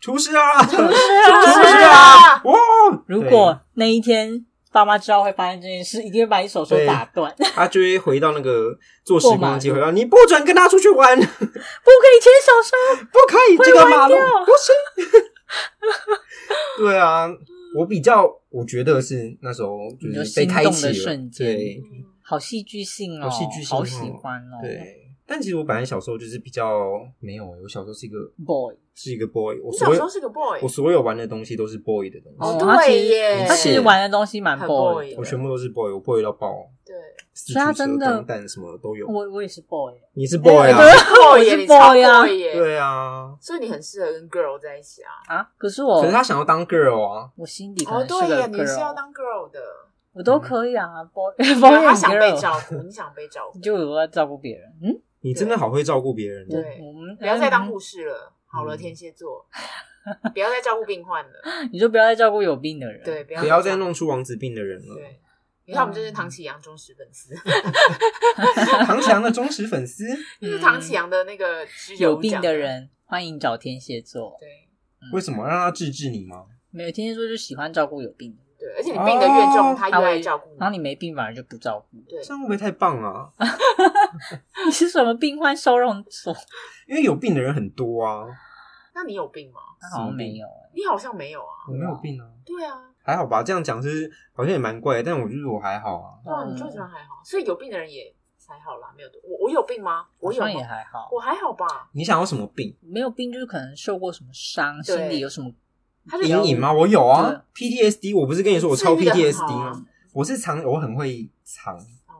Speaker 1: 出事啊！出事啊！哇！
Speaker 2: 如
Speaker 1: 对
Speaker 2: 果那一天爸妈知道会发生这件事，一定会把你手手
Speaker 1: 对
Speaker 2: 打断， 不可
Speaker 1: 他就会回到那个坐时光机，
Speaker 2: 过
Speaker 1: 回
Speaker 2: 马路
Speaker 1: 到你不准跟他出去玩， 不
Speaker 2: 以牵手手。
Speaker 1: 可以这个马路
Speaker 2: 会歪掉
Speaker 1: 不行。对啊，我比较我觉得是那时候就
Speaker 2: 你就是
Speaker 1: 被
Speaker 2: 心动
Speaker 1: 开
Speaker 2: 的
Speaker 1: 启了，
Speaker 2: 瞬间
Speaker 1: 对
Speaker 3: 嗯
Speaker 2: 好戏剧性哦，
Speaker 1: 好戏剧性哦
Speaker 2: 好喜欢哦。
Speaker 1: 对。但其实我本来小时候就是比较没有欸，我小时候是一个
Speaker 2: ，boy，
Speaker 1: 是一个 boy，我
Speaker 3: 你
Speaker 1: 所
Speaker 3: 小时
Speaker 1: 有
Speaker 3: 候是个 boy，
Speaker 1: 我所有玩的东西都是 boy 的东
Speaker 2: 哦
Speaker 1: 西，
Speaker 3: 对
Speaker 2: 他其实
Speaker 3: 耶
Speaker 2: 哦他其实
Speaker 1: 是
Speaker 2: 玩的东西蛮
Speaker 3: 很
Speaker 2: boy，
Speaker 3: boy
Speaker 2: 的
Speaker 1: 我全部都是 boy，我 boy 到爆，
Speaker 3: 对
Speaker 1: 四
Speaker 2: 所以他
Speaker 1: 驱车
Speaker 2: 真的
Speaker 1: 钢弹什么都有。
Speaker 2: 我我也是 boy，
Speaker 1: 你是 boy 啊？
Speaker 2: 我
Speaker 3: 耶，
Speaker 2: 是
Speaker 3: 你超
Speaker 2: boy 啊
Speaker 3: boy 耶，
Speaker 1: 对啊，
Speaker 3: 所以你很适合跟 girl 在一起啊。
Speaker 2: 啊！可是我
Speaker 1: 可是他想要当 girl 啊，
Speaker 2: 我心里可
Speaker 3: 哦，
Speaker 2: 能
Speaker 3: 对
Speaker 2: 个
Speaker 3: 耶，你是要
Speaker 2: girl，
Speaker 3: 当 girl 的，
Speaker 2: 我都可以啊，boy
Speaker 3: 因
Speaker 2: boy
Speaker 3: 为他想被
Speaker 2: girl
Speaker 3: 照顾，你想被照顾，
Speaker 2: 就我在照顾别人。嗯，
Speaker 1: 你真的好会照顾别人哦。
Speaker 3: 对
Speaker 2: 我们
Speaker 3: 不要再当
Speaker 2: 嗯
Speaker 3: 护士了。好了，
Speaker 1: 嗯
Speaker 3: 天蝎 座，不要再照顾病患了。
Speaker 2: 你就不要再照顾有病的人。
Speaker 3: 对，，不要
Speaker 1: 不要再。弄出王子病的人了。
Speaker 3: 对，你看我们这是唐启阳忠实粉丝，
Speaker 2: 嗯
Speaker 1: 唐强的忠实粉丝，
Speaker 3: 这是唐启阳的那个挚友
Speaker 2: 有病
Speaker 3: 奖
Speaker 2: 的。人欢迎找天蝎座。
Speaker 3: 对
Speaker 1: 为什么让他治治你吗？
Speaker 2: 没有天蝎座就喜欢照顾有病的人，
Speaker 3: 对，而且你病得越重，
Speaker 1: 哦
Speaker 3: 他越爱照顾
Speaker 2: 然
Speaker 3: 你。
Speaker 2: 后你没病反而就不照顾。
Speaker 3: 对
Speaker 1: 这，样会不会太棒啊？
Speaker 2: 你是什么病患收容所？
Speaker 1: 因为有病的人很多啊，
Speaker 3: 那你有病吗？
Speaker 2: 他好像没有哎、
Speaker 3: 你好像没有啊。
Speaker 1: 我没有病啊，
Speaker 3: 对啊，
Speaker 1: 还好吧。这样讲是好像也蛮怪，但我就是我还好啊。
Speaker 3: 对啊，
Speaker 2: 嗯
Speaker 3: 你就觉得还好，所以有病的人也还好啦，没有多。我我有病吗？我
Speaker 2: 好
Speaker 3: 有吗
Speaker 2: 像也还好，
Speaker 3: 我还好吧。
Speaker 1: 你想要什么病？
Speaker 2: 没有病就是可能受过什么伤，
Speaker 3: 对
Speaker 2: 心里有什么
Speaker 3: 他就
Speaker 1: 阴影吗？我有啊，PTSD。我不是跟你说我超
Speaker 3: 治愈得很好
Speaker 1: PTSD
Speaker 3: 啊
Speaker 1: 吗？我是藏，我很会藏。
Speaker 3: 哦，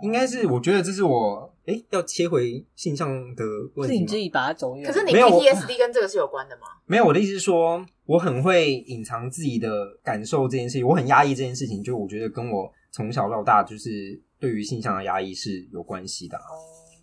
Speaker 1: 应该是我觉得这是我诶，要切回性向的问
Speaker 2: 是
Speaker 1: 题
Speaker 2: 你
Speaker 1: 吗
Speaker 2: 自己把它走远。
Speaker 3: 可是你
Speaker 1: 没有我
Speaker 3: PTSD 跟这个是有关的吗？
Speaker 1: 没有，我的意思是说，我很会隐藏自己的感受这件事情，我很压抑这件事情，就我觉得跟我从小到大就是对于性向的压抑是有关系的啊、
Speaker 3: 哦，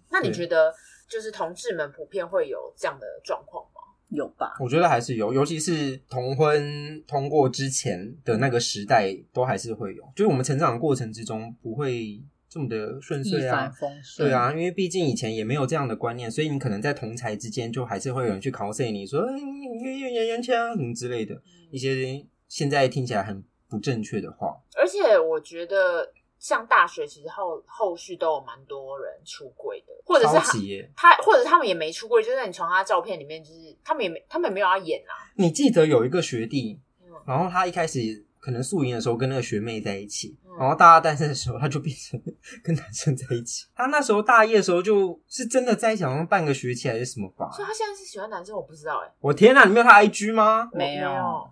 Speaker 3: 那你
Speaker 1: 对
Speaker 3: 觉得就是同志们普遍会有这样的状况吗？
Speaker 2: 有吧？
Speaker 1: 我觉得还是有，尤其是同婚通过之前的那个时代，都还是会有。就是我们成长的过程之中，不会这么的顺
Speaker 2: 一
Speaker 1: 遂
Speaker 2: 帆
Speaker 1: 啊。
Speaker 2: 风顺，
Speaker 1: 对啊，，因为毕竟以前也没有这样的观念，所以你可能在同才之间就还是会有人去 cos 你说，哎，你你圆圆圆腔什么之类的一些现在听起来很不正确的话。
Speaker 3: 而且我觉得，像大学其实后后续都有蛮多人出轨的，或者是
Speaker 1: 超
Speaker 3: 他
Speaker 1: 级耶！
Speaker 3: 他，或者是他们也没出轨，就是你从他照片里面，就是他们也没他们也没有要演啊。
Speaker 1: 你记得有一个学弟，
Speaker 3: 嗯
Speaker 1: 然后他一开始可能宿营的时候跟那个学妹在一起，
Speaker 3: 嗯
Speaker 1: 然后大二单身的时候他就变成跟男生在一起。 他那时候大一的时候就是真的在一起，好像半个学期还是什么吧。
Speaker 3: 所以他现在是喜欢男生，我不知道哎、
Speaker 1: 我天哪，你没有他 IG 吗？
Speaker 3: 我
Speaker 2: 没有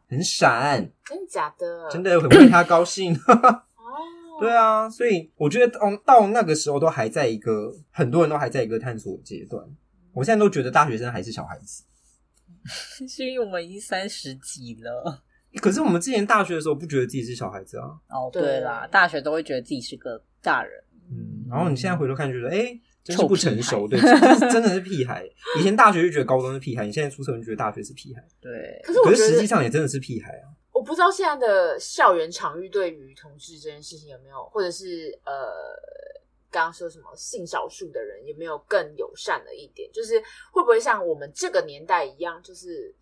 Speaker 1: 很闪，
Speaker 3: 真的假的？
Speaker 1: 真的很为他高兴。
Speaker 3: 哦，
Speaker 1: 对啊，所以我觉得，嗯，到那个时候都还在一个很多人都还在一个探索阶段。我现在都觉得大学生还是小孩子。
Speaker 2: 是因为我们已经三十几了。
Speaker 1: 可是我们之前大学的时候不觉得自己是小孩子啊，
Speaker 2: 哦，
Speaker 3: 对
Speaker 2: 对啦，大学都会觉得自己是个大人，
Speaker 1: 嗯，然后你现在回头看，觉得哎、诶真是
Speaker 2: 臭
Speaker 1: 不
Speaker 2: 屁
Speaker 1: 成熟，
Speaker 2: 孩
Speaker 1: 对，真的是真的是屁孩。以前大学就觉得高中是屁孩，你现在出社会就觉得大学是屁孩，
Speaker 2: 对，
Speaker 3: 可是我
Speaker 1: 可
Speaker 3: 觉
Speaker 1: 是实际
Speaker 3: 得，
Speaker 1: 上也真的是屁孩啊。
Speaker 3: 我不知道现在的校园场域对于同志这件事情有没有，或者是呃，刚刚说什么性少数的人有没有更友善了一点？就是会不会像我们这个年代一样，就是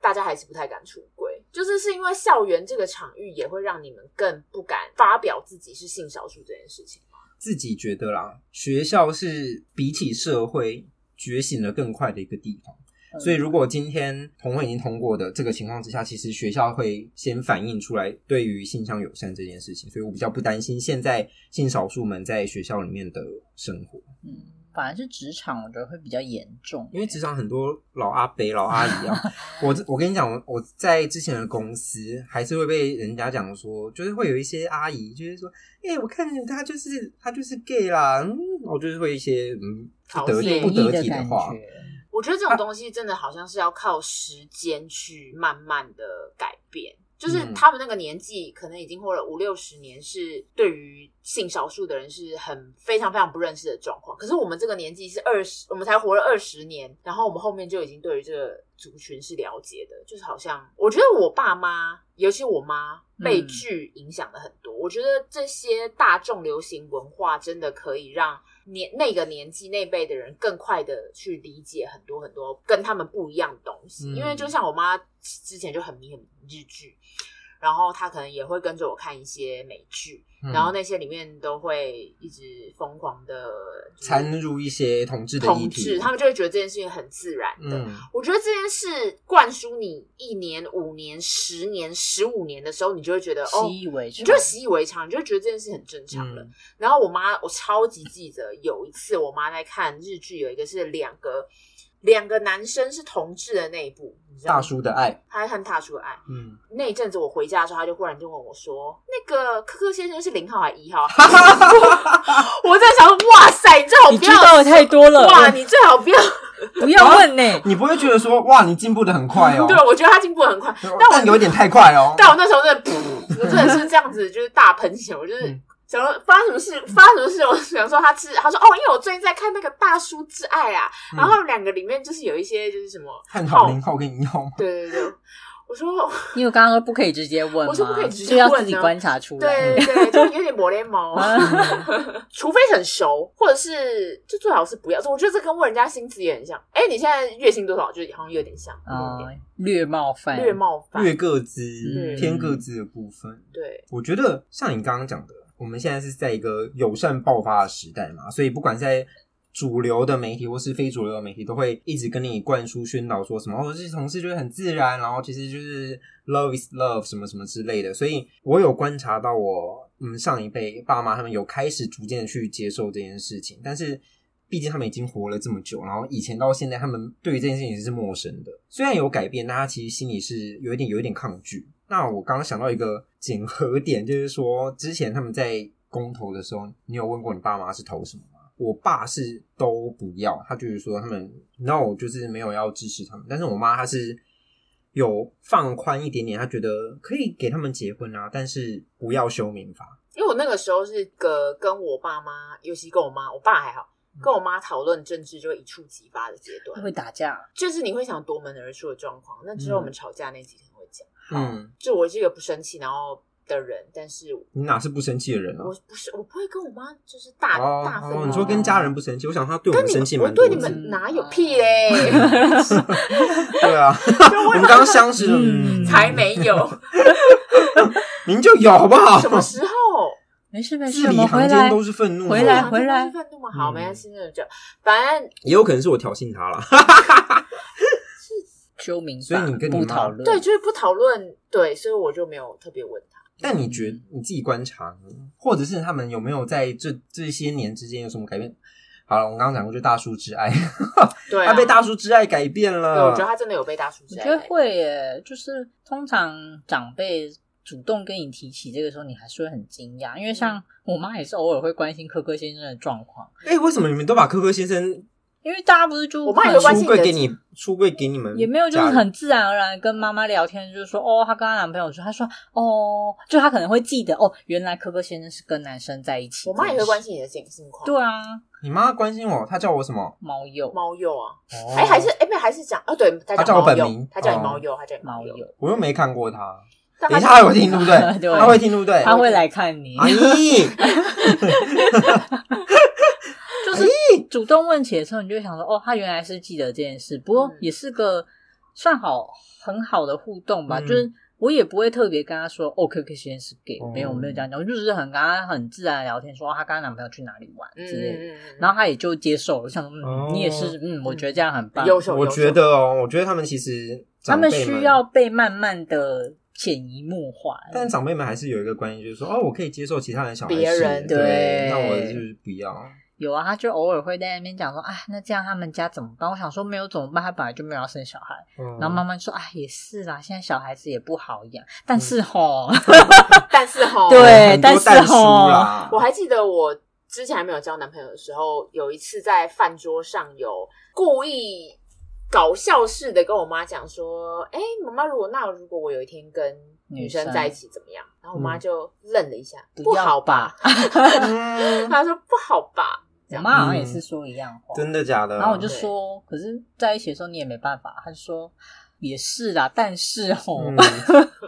Speaker 3: 大家还是不太敢出轨？就是是因为校园这个场域也会让你们更不敢发表自己是性少数这件事情。
Speaker 1: 自己觉得啦，学校是比起社会觉醒的更快的一个地方。
Speaker 2: 嗯
Speaker 1: 所以，如果今天同婚已经通过的这个情况之下，其实学校会先反映出来对于性向友善这件事情，所以我比较不担心现在性少数们在学校里面的生活，
Speaker 2: 嗯，反而是职场，我觉得会比较严重，
Speaker 1: 因为职场很多老阿伯、老阿姨啊，我我跟你讲，我我在之前的公司还是会被人家讲说，就是会有一些阿姨，就是说，哎、我看他就是他就是 gay 啦，嗯，我就是会一些嗯不得
Speaker 3: 讨厌
Speaker 1: 不
Speaker 2: 意
Speaker 1: 得
Speaker 2: 的
Speaker 1: 体的
Speaker 2: 感
Speaker 1: 话，
Speaker 2: 觉，
Speaker 3: 我觉得这种东西真的好像是要靠时间去慢慢的改变。就是
Speaker 1: 嗯
Speaker 3: 他们那个年纪，可能已经过了五六十年，是对于性少数的人是很非常非常不认识的状况。可是我们这个年纪是二十，我们才活了二十年，然后我们后面就已经对于这个族群是了解的。就是好像我觉得我爸妈，尤其我妈被
Speaker 2: 嗯
Speaker 3: 剧影响了很多。我觉得这些大众流行文化真的可以让年那个年纪那辈的人更快的去理解很多很多跟他们不一样的东西。
Speaker 1: 嗯
Speaker 3: 因为就像我妈之前就很迷很日剧，然后她可能也会跟着我看一些美剧，
Speaker 1: 嗯
Speaker 3: 然后那些里面都会一直疯狂的
Speaker 1: 掺入一些同志的议
Speaker 3: 统
Speaker 1: 题
Speaker 3: 治，，他们就会觉得这件事情很自然的。
Speaker 1: 嗯。
Speaker 3: 我觉得这件事灌输你一年、五年、十年、十五年的时候，你就会觉得哦，
Speaker 2: 习以为
Speaker 3: 你
Speaker 2: 常，
Speaker 3: 就会习以为常，你就会觉得这件事很正常了。
Speaker 1: 嗯
Speaker 3: 然后我妈，我超级记得有一次，我妈在看日剧，有一个是两个两个男生是同志的那一部，你知道吗
Speaker 1: 大，叔的爱，
Speaker 3: 他在看大叔的爱。
Speaker 1: 嗯，
Speaker 3: 那一阵子我回家的时候，他就忽然就问我说：“那个科科先生是零号还是一号？”啊 我在想说，哇塞，你最好
Speaker 2: 你
Speaker 3: 不
Speaker 2: 知
Speaker 3: 要
Speaker 2: 道的太多了，
Speaker 3: 哇，你啊最好不要。
Speaker 2: 不要问呢、
Speaker 1: 你不会觉得说哇，你进步的很快哦？
Speaker 3: 对，我觉得他进步得很快，
Speaker 1: 但有 一点太快哦。
Speaker 3: 但我那时候真的，噗，我真的是这样子，就是大喷血，我就是
Speaker 1: 嗯
Speaker 3: 想说发生什么事，发生什么事，我想说他吃，他说哦，因为我最近在看那个《大叔之爱》啊，
Speaker 1: 嗯
Speaker 3: 然后他们两个里面就是有一些就是什么
Speaker 1: 看好零号跟一号吗？
Speaker 3: 对对对，我说
Speaker 2: 因为刚刚说不可以直接问嘛，
Speaker 3: 我说不可以直接
Speaker 2: 就要自己
Speaker 3: 问啊
Speaker 2: 观察出来。
Speaker 3: 对对对，就是有点磨练毛， 除非很熟，或者是就最好是不要，我觉得这跟问人家薪资也很像，哎，你现在月薪多少，就好像有点像，
Speaker 2: 啊、
Speaker 3: 有
Speaker 2: 略冒
Speaker 3: 点
Speaker 2: 犯，
Speaker 3: 略冒犯，
Speaker 1: 略各自
Speaker 2: 嗯
Speaker 1: 偏各自的部分，
Speaker 3: 对，
Speaker 1: 我觉得像你刚刚讲的，我们现在是在一个友善爆发的时代嘛，所以不管在主流的媒体或是非主流的媒体，都会一直跟你灌输宣导说什么，哦，这同事就是很自然，然后其实就是 love is love 什么什么之类的。所以我有观察到我嗯上一辈爸妈他们有开始逐渐地去接受这件事情，但是。毕竟他们已经活了这么久，然后以前到现在，他们对于这件事情是陌生的。虽然有改变，但他其实心里是有一点有一点抗拒。那我刚刚想到一个检核点，就是说之前他们在公投的时候，你有问过你爸妈是投什么吗？我爸是都不要，他就是说他们 no，就是没有要支持他们。但是我妈她是有放宽一点点，她觉得可以给他们结婚啊，但是不要修民法。
Speaker 3: 因为我那个时候是个跟我爸妈，尤其跟我妈，我爸还好，
Speaker 1: 嗯
Speaker 3: 跟我妈讨论政治就会一触即发的阶段，
Speaker 2: 会打架，
Speaker 3: 就是你会想夺门而出的状况。那之后我们吵架那集可能会讲，
Speaker 1: 嗯，
Speaker 3: 就我是一个不生气然后的人，但是我
Speaker 1: 你哪是不生气的人啊？
Speaker 3: 不是我不会跟我妈就是大、
Speaker 1: 哦
Speaker 3: 大
Speaker 1: 哦
Speaker 3: 分。
Speaker 1: 你说跟家人不生气，我想他对我
Speaker 3: 跟
Speaker 1: 们
Speaker 3: 你
Speaker 1: 生气
Speaker 3: 们，我
Speaker 1: 蛮多
Speaker 3: 对
Speaker 1: 的。
Speaker 3: 你们哪有
Speaker 2: 嗯
Speaker 3: 屁 嘞、
Speaker 1: 对啊，我们刚刚相识，嗯，
Speaker 2: 嗯
Speaker 3: 才没有，
Speaker 1: 哦您就有好不好？
Speaker 3: 什么时候？
Speaker 2: 没事没事，
Speaker 1: 字
Speaker 2: 我
Speaker 1: 里
Speaker 2: 们回
Speaker 1: 行间
Speaker 2: 来
Speaker 1: 都是愤怒，
Speaker 2: 回来
Speaker 3: 我
Speaker 2: 回来
Speaker 3: 当时愤怒吗？好，
Speaker 1: 嗯
Speaker 3: 没关系，那就这样反正
Speaker 1: 也有可能是我挑衅他了。
Speaker 2: 修明白，
Speaker 1: 所以你跟你
Speaker 2: 不
Speaker 1: 妈
Speaker 2: 讨论，
Speaker 3: 对，就是不讨论，对，所以我就没有特别问他。
Speaker 1: 但你觉你自己观察呢，或者是他们有没有在这这些年之间有什么改变？好了，我们刚刚讲过，就大叔之爱，
Speaker 3: 对啊，
Speaker 1: 他被大叔之爱改变了。
Speaker 3: 对，我觉得他真的有被大叔
Speaker 2: 我
Speaker 3: 之
Speaker 2: 觉
Speaker 3: 爱。
Speaker 2: 得会耶，就是通常长辈主动跟你提起这个时候，你还是会很惊讶，因为像我妈也是偶尔会关心科科先生的状况，
Speaker 1: 哎、为什么你们都把科科先生
Speaker 2: 因为大家不是就
Speaker 3: 我妈也
Speaker 2: 很
Speaker 3: 关心
Speaker 1: 出
Speaker 3: 你的
Speaker 1: 柜给你出柜给你们？
Speaker 2: 也没有，就是很自然而然跟妈妈聊天，就是说哦，她跟她男朋友说，她说哦，就她可能会记得哦，原来科科先生是跟男生在一起。
Speaker 3: 我妈也会关
Speaker 2: 心。
Speaker 3: 心你的近近况。
Speaker 2: 对啊，
Speaker 1: 你妈关心我，她叫我什么？
Speaker 2: 猫鼬，
Speaker 3: 猫鼬啊，
Speaker 1: 哦
Speaker 3: 哎，还是哎，没有还是讲哦，对，他
Speaker 1: 他叫
Speaker 3: 猫
Speaker 1: 我本
Speaker 3: 鼬
Speaker 1: 名，
Speaker 3: 他叫你
Speaker 1: 哦
Speaker 3: 猫鼬，他叫你猫
Speaker 2: 猫
Speaker 3: 鼬。
Speaker 2: 鼬，
Speaker 1: 我又没看过她。
Speaker 3: 但
Speaker 1: 等一
Speaker 3: 他
Speaker 1: 下她会 听，对不
Speaker 2: 对
Speaker 1: 对？她会听，对不对？
Speaker 2: 她会来看你，
Speaker 1: 阿姨，
Speaker 2: 就是主动问起的时候，你就会想说哦，她原来是记得这件事，不过
Speaker 3: 嗯
Speaker 2: 也是个算好很好的互动吧，
Speaker 1: 嗯
Speaker 2: 就是。我也不会特别跟她说，哦，Q Q 先生是 gay，、没有
Speaker 1: 哦
Speaker 2: 没有这样讲，我就是很跟她很自然地聊天，说哦她跟她男朋友去哪里玩
Speaker 3: 嗯
Speaker 2: 之类的。
Speaker 3: 嗯嗯，
Speaker 2: 然
Speaker 3: 后
Speaker 2: 后他也就接受了，我想说嗯，
Speaker 1: 哦
Speaker 2: 你也是，嗯，我觉得这样很棒。
Speaker 3: 优秀，
Speaker 1: 我
Speaker 3: 优秀
Speaker 1: 觉得哦，我觉得他们其实
Speaker 2: 他
Speaker 1: 长辈
Speaker 2: 们需要，被慢慢的潜移默化。
Speaker 1: 但长辈们还是有一个观念，就是说哦，我可以接受其他人小孩
Speaker 3: 别
Speaker 1: 是
Speaker 3: 人
Speaker 2: 对
Speaker 1: 对，那我就是不要。
Speaker 2: 有啊，他就偶尔会在那边讲说，哎，那这样他们家怎么办？我想说没有怎么办，他本来就没有要生小孩。
Speaker 1: 然
Speaker 2: 然后妈妈说，哎，也是啦，现在小孩子也不好养，但
Speaker 1: 嗯
Speaker 2: 是吼，
Speaker 3: 但是哈，
Speaker 2: 对
Speaker 1: 很多
Speaker 2: 但是哦
Speaker 1: 蛋叔
Speaker 2: 吼
Speaker 1: 啦
Speaker 3: 我还记得我之前还没有交男朋友的时候，有一次在饭桌上有故意搞笑式的跟我妈讲说：“哎、妈妈，如果那如果我有一天跟女生在一起怎么样？”然后我妈就愣了一下，
Speaker 2: 不
Speaker 3: 不
Speaker 2: 要
Speaker 3: 好吧
Speaker 2: 吧？
Speaker 1: 嗯
Speaker 3: 她说：“不好吧？”这
Speaker 2: 我
Speaker 3: 样
Speaker 2: 妈好像也是说一样话。
Speaker 1: 真的假的？
Speaker 2: 然后我就说，可是在一起的时候你也没办法。他就说也是啦，但是吼，
Speaker 1: 嗯，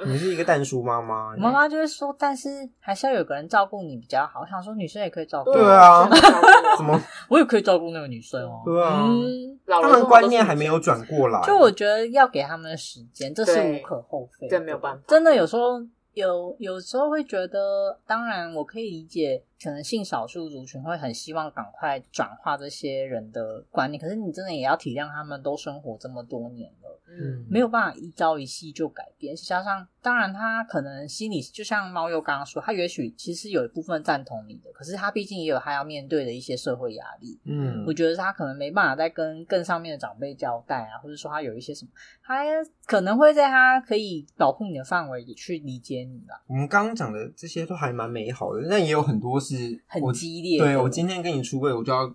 Speaker 1: 你是一个蛋叔妈妈，
Speaker 2: 妈妈就会说，但是还是要有个人照顾你比较好。我想说女生也可以照顾，
Speaker 1: 对啊
Speaker 3: 真的照顾我
Speaker 1: 怎么？
Speaker 2: 我也可以照顾那个女生哦。
Speaker 1: 对啊
Speaker 2: 嗯，
Speaker 3: 老
Speaker 1: 他
Speaker 3: 人
Speaker 1: 们观念还没有转过来，
Speaker 2: 就我觉得要给他们时间，这是
Speaker 3: 对
Speaker 2: 无可厚非的，
Speaker 3: 真没有办法
Speaker 2: 真的有时候有有时候会觉得，当然我可以理解，可能性少数族群会很希望赶快转化这些人的观念，可是你真的也要体谅他们都生活这么多年了。
Speaker 3: 嗯
Speaker 2: 没有办法一朝一夕就改变，加上当然他可能心里就像猫又刚刚说，他也许其实有一部分赞同你的，可是他毕竟也有他要面对的一些社会压力。
Speaker 1: 嗯
Speaker 2: 我觉得他可能没办法再跟更上面的长辈交代啊，或者说他有一些什么，他可能会在他可以保护你的范围里去理解你啦，
Speaker 1: 我们刚刚讲的这些都还蛮美好的，但也有很多是
Speaker 2: 很
Speaker 1: 我
Speaker 2: 激烈的。
Speaker 1: 对我今天跟你出柜，我就要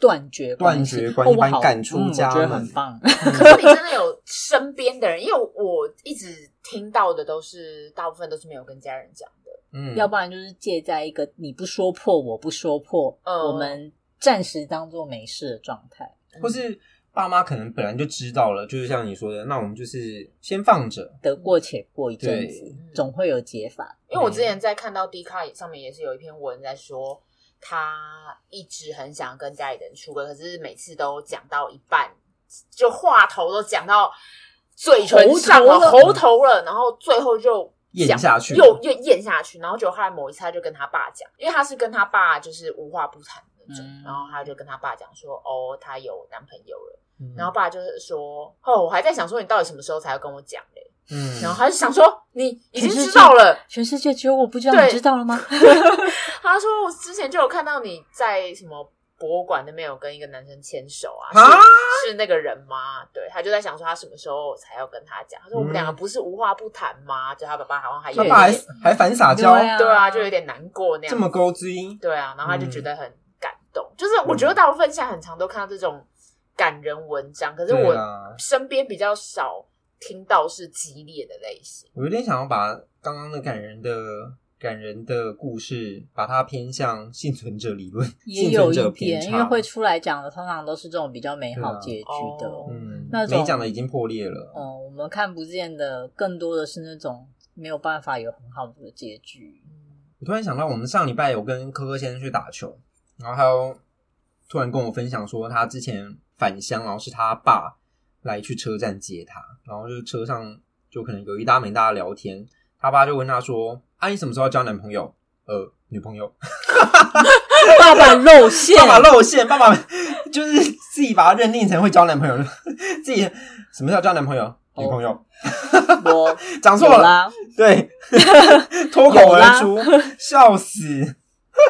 Speaker 2: 断绝
Speaker 1: 断
Speaker 2: 关系
Speaker 1: 绝
Speaker 2: 哦
Speaker 1: 关系，
Speaker 2: 我
Speaker 1: 把你
Speaker 2: 好
Speaker 1: 赶出
Speaker 2: 嗯
Speaker 1: 家
Speaker 2: 我觉得
Speaker 1: 门
Speaker 2: 很。棒。
Speaker 3: 可是你真的有身边的人，因为我一直听到的都是大部分都是没有跟家人讲的。
Speaker 1: 嗯，
Speaker 2: 要不然就是借在一个你不说破，我不说破，
Speaker 3: 嗯
Speaker 2: 我们暂时当做没事的状态。
Speaker 1: 或是爸妈可能本来就知道了，就是像你说的，那我们就是先放着。
Speaker 2: 得过且过一阵子
Speaker 1: 对，
Speaker 2: 总会有解法。
Speaker 3: 因为
Speaker 1: 嗯
Speaker 3: 我之前在看到 D 卡上面也是有一篇文在说，他一直很想跟家里人出轨，可是每次都讲到一半，就话头都讲到嘴唇上了，
Speaker 2: 喉头了
Speaker 3: 喉头了，然后最后就
Speaker 1: 咽
Speaker 3: 讲
Speaker 1: 下去
Speaker 3: 又又咽下去，然后就后来某一次他就跟他爸讲，因为他是跟他爸就是无话不谈的那种，
Speaker 2: 嗯
Speaker 3: 然后他就跟他爸讲说，哦，他有男朋友了，
Speaker 1: 嗯
Speaker 3: 然后爸就是说，哦，我还在想说你到底什么时候才要跟我讲嘞，
Speaker 1: 嗯，
Speaker 3: 然后他就想说你已经知道 了。
Speaker 2: 全世界只有我不知道，
Speaker 3: 对
Speaker 2: 你知道了吗？
Speaker 3: 他说我之前就有看到你在什么博物馆那边有跟一个男生牵手啊，
Speaker 1: 啊
Speaker 3: 是是那个人吗？对，他就在想说他什么时候才要跟他讲。他说我们两个不是无话不谈吗？就他爸爸好像还有
Speaker 1: 嗯他
Speaker 3: 一
Speaker 1: 爸还
Speaker 3: 点，
Speaker 1: 还反撒娇，
Speaker 2: 对啊
Speaker 3: 对啊，就有点难过那样。
Speaker 1: 这么勾之音，
Speaker 3: 对啊，然后他就
Speaker 1: 嗯
Speaker 3: 觉得很感动。就是我觉得大部分现在很常都看到这种感人文章，可是
Speaker 1: 对
Speaker 3: 我
Speaker 1: 啊
Speaker 3: 身边比较少听到是激烈的类型。
Speaker 1: 我有点想要把刚刚的感人的感人的故事，把它偏向幸存者理论，
Speaker 2: 也
Speaker 1: 幸存
Speaker 2: 有一
Speaker 1: 者偏，
Speaker 2: 点
Speaker 1: 差，啊
Speaker 2: 因为会出来讲的通常都是这种比较美好结局的。
Speaker 3: 哦
Speaker 1: 嗯，
Speaker 2: 那种
Speaker 1: 没讲的已经破裂了，
Speaker 2: 哦、我们看不见的更多的是那种没有办法有很好的结 局。
Speaker 1: 我突然想到，我们上礼拜有跟科科先生去打球，然后他又突然跟我分享说，他之前返乡，然后是他爸来去车站接他，然后就是车上就可能有一搭没一搭的聊天，他爸就问他说：“啊，你什么时候要交男朋友？呃，女朋友？
Speaker 2: 爸爸露馅，
Speaker 1: 爸爸露馅，爸爸就是 自己把他认定成会交男朋友，自己什么时候交男朋友？女朋友？
Speaker 2: 我
Speaker 1: 讲错
Speaker 2: 哦有
Speaker 1: 了，
Speaker 2: 啦，
Speaker 1: 对，脱口
Speaker 2: 有啦
Speaker 1: 而出，笑死。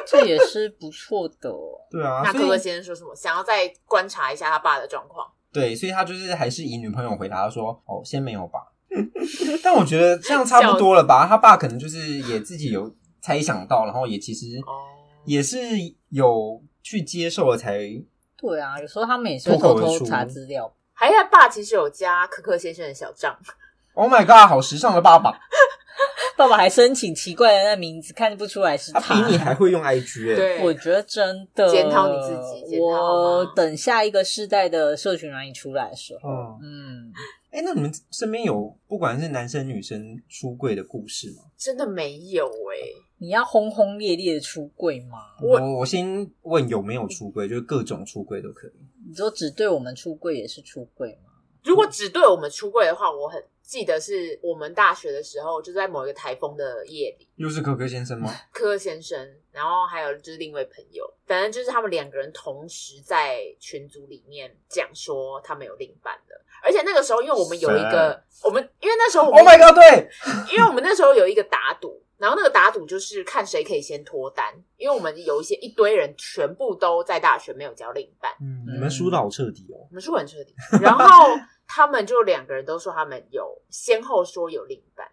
Speaker 2: 这也是不错的。
Speaker 1: 对啊，
Speaker 3: 那
Speaker 1: 所以
Speaker 3: 哥哥先生说什么？想要再观察一下他爸的状况。
Speaker 1: 对，所以他就是还是以女朋友回答说：“哦，先没有吧。”但我觉得这样差不多了吧？他爸可能就是也自己有猜想到，然后也其实
Speaker 3: 哦，
Speaker 1: 也是有去接受了才。
Speaker 2: 对啊，有时候他们也是会偷偷查资料。
Speaker 3: 还有他爸其实有加可可先生的小账，
Speaker 1: Oh my god，好时尚的爸爸，
Speaker 2: 爸爸还申请奇怪的那名字，看不出来是
Speaker 1: 他比你还会用 IG 哎、
Speaker 2: 我觉得真的
Speaker 3: 检讨你自己检讨好
Speaker 2: 我
Speaker 3: 吗
Speaker 2: 等下一个世代的社群软体出来的时候，
Speaker 1: 哦，
Speaker 2: 嗯，
Speaker 1: 哎、那你们身边有不管是男生女生出柜的故事吗？
Speaker 3: 真的没有哎、
Speaker 2: 你要轰轰烈烈的出柜吗？
Speaker 3: 我
Speaker 1: 我我先问有没有出柜，就是各种出柜都可以。
Speaker 2: 你说只对我们出柜也是出柜吗？
Speaker 3: 如果只对我们出柜的话，我很记得是我们大学的时候，就在某一个台风的夜里，
Speaker 1: 又是可可先生吗？
Speaker 3: 柯先生，然后还有就是另一位朋友，反正就是他们两个人同时在群组里面讲说他们有另一半了，而且那个时候因为我们有一个我们，因为那时候我
Speaker 1: Oh
Speaker 3: 们
Speaker 1: my god，对，
Speaker 3: 因为我们那时候有一个打赌，然后那个打赌就是看谁可以先脱单，因为我们有一些一堆人全部都在大学没有交另一半，
Speaker 1: 嗯，你们输的好彻底哦。
Speaker 3: 我们是很彻底。然 后他们就两个人都说他们有先后说有另一半，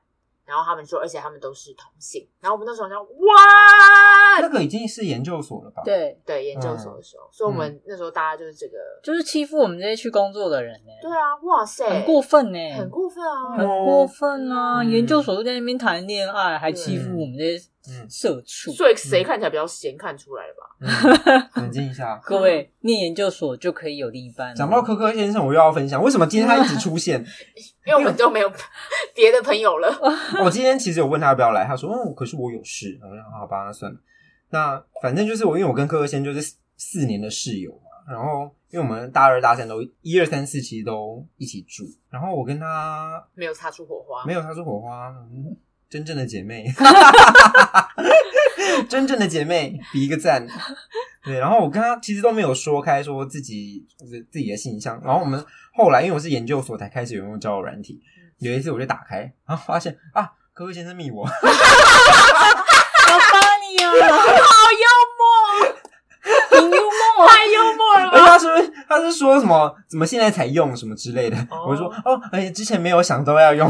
Speaker 3: 然后他们说，而且他们都是同性。然后我们那时候想，哇，
Speaker 1: 那个已经是研究所了吧？
Speaker 2: 对，
Speaker 3: 对研
Speaker 1: 嗯
Speaker 3: 究所的时候，所以我们那时候大家就是这个，
Speaker 2: 就是欺负我们这些去工作的人呢、
Speaker 3: 对啊，哇塞，
Speaker 2: 很过分呢、
Speaker 3: 很过分啊！
Speaker 2: 很过分啊！
Speaker 1: 嗯
Speaker 2: 研究所就在那边谈恋爱，还欺负我们这些
Speaker 1: 嗯
Speaker 2: 社畜。。
Speaker 3: 所以谁看起来比较闲，看出来了吧？
Speaker 1: 嗯冷静一下
Speaker 2: 各位念研究所就可以有另一半了。
Speaker 1: 讲到科科先生，我又要分享为什么今天他一直出现。
Speaker 3: 因为我们都没有 别的朋友了。
Speaker 2: 哦
Speaker 1: 我今天其实有问他要不要来，他说：“嗯，可是我有事。”然后我说好吧，那算了。那反正就是我，因为我跟科科先生就是四四年的室友嘛，然后因为我们大二大三都一二三四其实都一起住，然后我跟他
Speaker 3: 没有擦出火花，
Speaker 1: 没有，他是火花，嗯真正的姐妹，真正的姐妹，比一个赞。对，然后我跟他其实都没有说开，说自己就是自己的性向。然后我们后来，因为我是研究所才开始有用交友软体，有一次我就打开，然后发现啊，各位先生密我，
Speaker 2: 好帮你 哦，好幽默，很幽默。啊
Speaker 3: 太幽默了
Speaker 1: 而哎且他是他是说什么怎么现在才用什么之类的，
Speaker 3: 哦
Speaker 1: 我就说哦，而且之前没有想到要用，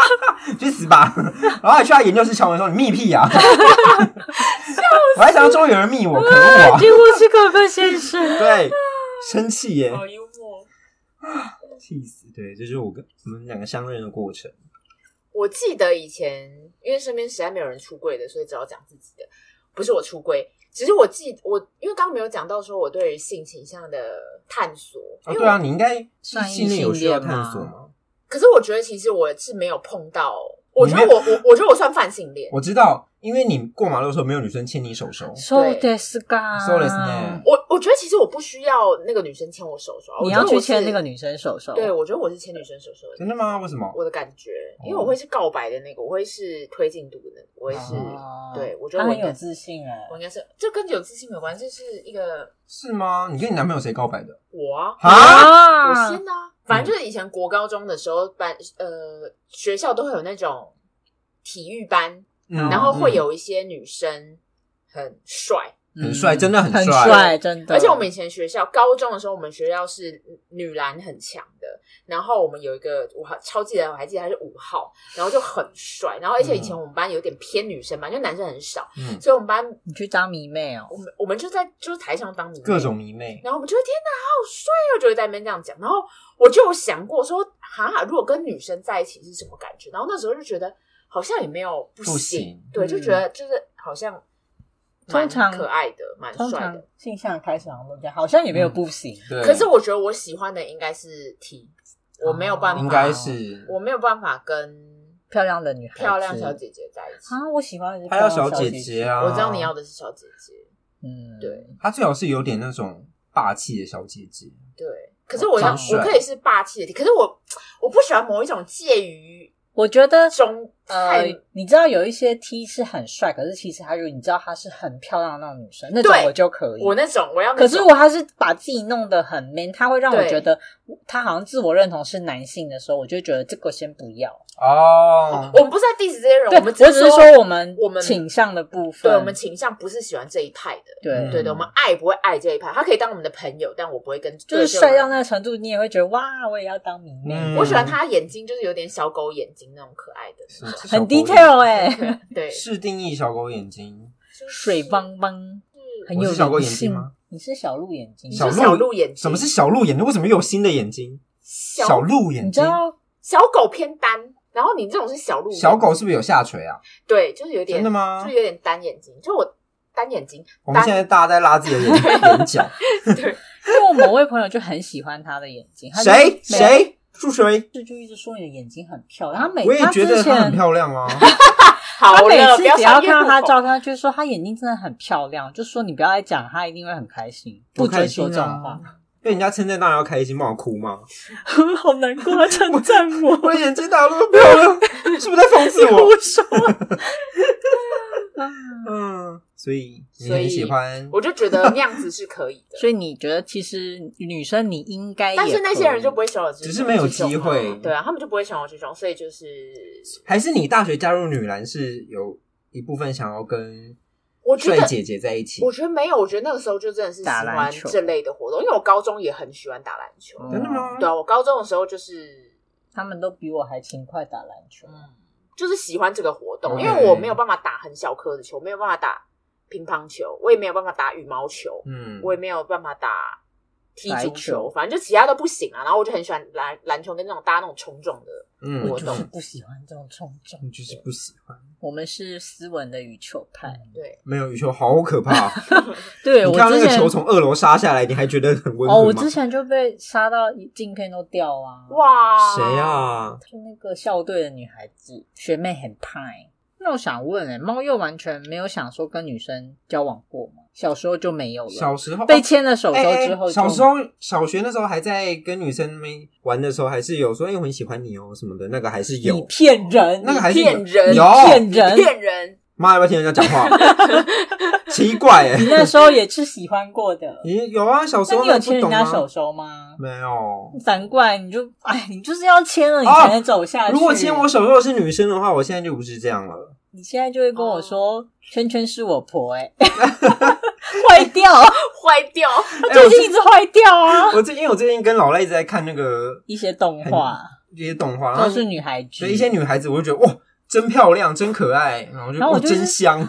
Speaker 1: 去死吧！然后还去他研究室敲门说你密屁呀、啊， 我还想到终于有人密我，可恶啊！
Speaker 2: 结果是可分 先生。
Speaker 1: 对，生气耶，
Speaker 3: 好幽默。哦
Speaker 1: 气死！对，这就是我跟我们两个相认的过程。
Speaker 3: 我记得以前，因为身边实在没有人出柜的，所以只好讲自己的。不是我出柜，只是我记我，因为刚刚没有讲到说我对于性倾向的探索。因
Speaker 1: 哦，
Speaker 3: 为
Speaker 1: 对
Speaker 3: 我
Speaker 1: 啊，你应该
Speaker 2: 算异
Speaker 1: 性恋有需要
Speaker 2: 性恋吗
Speaker 1: 探索吗？
Speaker 3: 可是我觉得其实我是没有碰到，我觉
Speaker 1: 你
Speaker 3: 得
Speaker 1: 没有
Speaker 3: 我我我觉得我算泛性恋。
Speaker 1: 我知道，因为你过马路的时候没有女生牵你手手，
Speaker 2: So this g
Speaker 1: So this man
Speaker 3: 我我觉得其实我不需要那个女生啊牵我手手，
Speaker 2: 你要去牵那个
Speaker 3: 女，
Speaker 2: 女生手手。
Speaker 3: 对我觉得我是牵女生手手的
Speaker 1: 真的吗？为哦什么？
Speaker 3: 我的感觉，因为我会是告白的那个，我会是推进度的那个，我会是、
Speaker 2: 哦
Speaker 3: 对我觉
Speaker 2: 他
Speaker 3: 得我
Speaker 2: 很
Speaker 3: 应该
Speaker 2: 有自信哎
Speaker 3: 我。应该是这跟有自信没有关系，这是一个
Speaker 1: 是吗？你跟你男朋友谁告白的？
Speaker 3: 我啊，
Speaker 1: 啊？嗯
Speaker 3: 我
Speaker 2: 啊
Speaker 3: 先的啊，反正就是以前国高中的时候，班呃学校都会有那种体育班，
Speaker 1: 嗯
Speaker 3: 然后会有一些女生很帅，
Speaker 1: 很帅真的很
Speaker 2: 嗯很
Speaker 1: 帅
Speaker 2: 帅，真的。
Speaker 3: 而且我们以前学校高中的时候，我们学校是女篮很强的，然后我们有一个我还超记得，我还记得他是五号，然后就很帅，然后而且以
Speaker 2: 嗯
Speaker 3: 前我们班有点偏女生嘛，因为男生很少，
Speaker 1: 嗯，
Speaker 3: 所以我们班
Speaker 2: 你去当迷妹哦
Speaker 3: 我，们我们就在就是台上当迷妹
Speaker 1: 各种迷妹，
Speaker 3: 然后我们就会天哪，好帅哦，就会在那边这样讲。然后我就有想过说，哈，如果跟女生在一起是什么感觉？然后那时候就觉得，好像也没有不行，
Speaker 1: 不行
Speaker 3: 对，
Speaker 2: 嗯
Speaker 3: 就觉得就是好像蛮
Speaker 2: 通常
Speaker 3: 可爱的，蛮
Speaker 2: 通
Speaker 3: 帅
Speaker 2: 常
Speaker 3: 的。
Speaker 2: 性向开始好像都这样，好像也没有
Speaker 1: 嗯
Speaker 2: 不行。
Speaker 1: 对，
Speaker 3: 可是我觉得我喜欢的应该是 T，我没有办法，
Speaker 1: 哦应该是
Speaker 3: 我没有办法跟
Speaker 2: 漂亮的女孩子，
Speaker 3: 漂亮小姐姐在一起。
Speaker 2: 啊，我喜欢的是
Speaker 1: 她要小
Speaker 2: 漂亮小
Speaker 1: 姐
Speaker 2: 姐
Speaker 1: 姐，啊，
Speaker 3: 我知道你要的是小姐姐，
Speaker 2: 嗯，
Speaker 3: 对，
Speaker 1: 她最好是有点那种霸气的小姐姐，
Speaker 3: 对。可是我要，
Speaker 1: 长帅
Speaker 3: 我可以是霸气的 T，可是我我不喜欢某一种介于
Speaker 2: 我觉得
Speaker 3: 中
Speaker 2: 呃
Speaker 3: 太，
Speaker 2: 你知道有一些 T 是很帅，可是其实他就你知道她是很漂亮的那种女生，那种
Speaker 3: 对
Speaker 2: 我就可以。
Speaker 3: 我那种，我要那
Speaker 2: 可是
Speaker 3: 种
Speaker 2: 我还是把自己弄得很 man，他会让我
Speaker 3: 对
Speaker 2: 觉得他好像自我认同是男性的时候，我就觉得这个先不要。
Speaker 1: 哦，
Speaker 3: 哦我们不是在 diss 这些人，
Speaker 2: 对，
Speaker 3: 们只
Speaker 2: 我只是说我们
Speaker 3: 我们
Speaker 2: 倾向的部分，
Speaker 3: 对我们倾向不是喜欢这一派的，
Speaker 2: 对
Speaker 1: 嗯
Speaker 3: 对的，我们爱不会爱这一派，他可以当我们的朋友，但我不会跟
Speaker 2: 就是
Speaker 3: 对
Speaker 2: 帅到
Speaker 3: 对
Speaker 2: 那个程度，你也会觉得哇，我也要当迷妹。
Speaker 1: 嗯
Speaker 3: 我我喜欢他眼睛就是有点小狗眼睛那种可爱的，
Speaker 1: 是是小
Speaker 2: 很
Speaker 1: 狗眼
Speaker 2: detail 哎、
Speaker 3: 对，
Speaker 1: 是定义小狗眼睛，
Speaker 3: 就是
Speaker 2: 水汪汪，很
Speaker 1: 我
Speaker 2: 有
Speaker 1: 是小狗
Speaker 2: 人
Speaker 1: 眼睛
Speaker 2: 性
Speaker 1: 吗？
Speaker 2: 你是小鹿眼睛，
Speaker 3: 你
Speaker 1: 小
Speaker 3: 说
Speaker 1: 鹿
Speaker 3: 小鹿眼睛，
Speaker 1: 什么是小鹿眼睛？为什么又有新的眼睛？
Speaker 3: 小
Speaker 1: 小鹿眼
Speaker 2: 你知
Speaker 1: 睛，
Speaker 2: 道
Speaker 3: 小狗偏单？然后你这种是小鹿眼
Speaker 1: 小狗是不是有下垂啊？
Speaker 3: 对，就是有点
Speaker 1: 真的吗
Speaker 3: 就是有点单眼睛，就我单眼 睛，
Speaker 1: 我们现在大家在拉自己的眼眼角，
Speaker 2: 因为我某位朋友就很喜欢他的眼睛，他就
Speaker 1: 谁
Speaker 2: 每
Speaker 1: 谁住谁？
Speaker 2: 次就一直说你的眼睛很漂亮。他每
Speaker 1: 我也
Speaker 2: 他
Speaker 1: 觉得
Speaker 2: 之
Speaker 1: 她
Speaker 2: 前
Speaker 1: 很漂亮啊，
Speaker 3: 好
Speaker 2: 他每
Speaker 3: 了，
Speaker 2: 次
Speaker 3: 不要
Speaker 2: 只要
Speaker 3: 商业
Speaker 2: 看到
Speaker 3: 户
Speaker 2: 他
Speaker 3: 口
Speaker 2: 照片，他就说他眼睛真的很漂亮，就说你不要再讲，他一定会很开心，不
Speaker 1: 我开
Speaker 2: 准
Speaker 1: 心
Speaker 2: 说
Speaker 1: 啊
Speaker 2: 这种话，
Speaker 1: 被人家称赞当然要开心，帮我哭吗？
Speaker 2: 好难过，他称 赞
Speaker 1: 我
Speaker 2: 我
Speaker 1: 的眼睛打那么漂亮，是不是在讽刺我？
Speaker 2: 手。
Speaker 1: 嗯，所以你
Speaker 3: 所以
Speaker 1: 很喜欢
Speaker 3: 我就觉得那样子是可以的，
Speaker 2: 所以你觉得其实女生你应该也可
Speaker 3: 但
Speaker 2: 以，
Speaker 3: 是那些人就不会选我去，
Speaker 1: 只是没有机会
Speaker 3: 去种啊对啊，他们就不会选我去种，所以就是
Speaker 1: 还是你大学加入女篮是有一部分想要跟
Speaker 3: 我觉
Speaker 1: 帅
Speaker 3: 得。
Speaker 1: 姐姐在一起
Speaker 3: 我？觉得没有，我觉得那个时候就真的是喜
Speaker 2: 打篮
Speaker 3: 欢
Speaker 2: 球
Speaker 3: 这类的活动，因为我高中也很喜欢打篮球。
Speaker 2: 嗯
Speaker 1: 真的吗？
Speaker 3: 对啊，我高中的时候就是，
Speaker 2: 他们都比我还勤快打篮球。
Speaker 3: 嗯，就是喜欢这个活动，
Speaker 1: 嗯 OK
Speaker 3: 因为我没有办法打很小颗的球，没有办法打乒乓球，我也没有办法打羽毛球，
Speaker 1: 嗯，
Speaker 3: 我也没有办法打踢
Speaker 2: 白
Speaker 3: 足
Speaker 2: 球
Speaker 3: 球，反正就其他都不行啊。然后我就很喜欢篮篮球跟那种搭那种冲撞的，
Speaker 1: 嗯，
Speaker 2: 我
Speaker 3: 我
Speaker 2: 就是
Speaker 3: 懂
Speaker 2: 不喜欢这种冲撞。
Speaker 1: 你就是不喜欢，
Speaker 2: 我们是斯文的羽球派，
Speaker 3: 对，
Speaker 1: 没有羽球好可怕。
Speaker 2: 对我
Speaker 1: 你看到那
Speaker 2: 之
Speaker 1: 个
Speaker 2: 前
Speaker 1: 球从二楼杀下来，你还觉得很温
Speaker 2: 哦，
Speaker 1: 和
Speaker 2: 我
Speaker 1: 吗
Speaker 2: 之？前就被杀到镜片都掉啊！，
Speaker 3: 哇，
Speaker 1: 谁？啊？
Speaker 2: 就那个校队的女孩子学妹很胖欸、那我想问、欸，猫又完全没有想说跟女生交往过吗？小时候就没有了，
Speaker 1: 小时候
Speaker 2: 被牵了手
Speaker 1: 哎
Speaker 2: 手
Speaker 1: 哎
Speaker 2: 之后就，
Speaker 1: 小时候小学那时候还在跟女生们玩的时候，还是有说哎、我很喜欢你哦什么的，那个还是
Speaker 2: 你
Speaker 1: 有。
Speaker 2: 骗人，
Speaker 1: 那个还是有
Speaker 3: 骗人
Speaker 1: 有
Speaker 2: 骗人
Speaker 3: 骗人！
Speaker 1: 妈要不要听人家讲 话？奇怪哎、，
Speaker 2: 你那时候也是喜欢过的
Speaker 1: 咦有啊，小时
Speaker 2: 那
Speaker 1: 候
Speaker 2: 你有
Speaker 1: 那
Speaker 2: 牵
Speaker 1: 不
Speaker 2: 人
Speaker 1: 懂
Speaker 2: 家手
Speaker 1: 啊，
Speaker 2: 手吗？
Speaker 1: 没有。
Speaker 2: 难怪你就哎，你就是要牵了你
Speaker 1: 哦
Speaker 2: 才能走下去。
Speaker 1: 如果牵我手如果是女生的话，我现在就不是这样 了。
Speaker 2: 你现在就会跟我说，
Speaker 1: 啊
Speaker 2: 圈圈是我婆、 欸，哎，坏掉，
Speaker 3: 坏掉，
Speaker 1: 哎
Speaker 2: 最
Speaker 1: 我
Speaker 2: 近一直坏掉啊！
Speaker 1: 我最近我最近跟老赖一直在看那个
Speaker 2: 一些动画
Speaker 1: 一些动画，然
Speaker 2: 都
Speaker 1: 后
Speaker 2: 是女孩剧
Speaker 1: 所以一，些女孩子，我就觉得哇，真漂亮，真可爱，然后就
Speaker 2: 然后我
Speaker 1: 哇，
Speaker 2: 就是
Speaker 1: 真 香，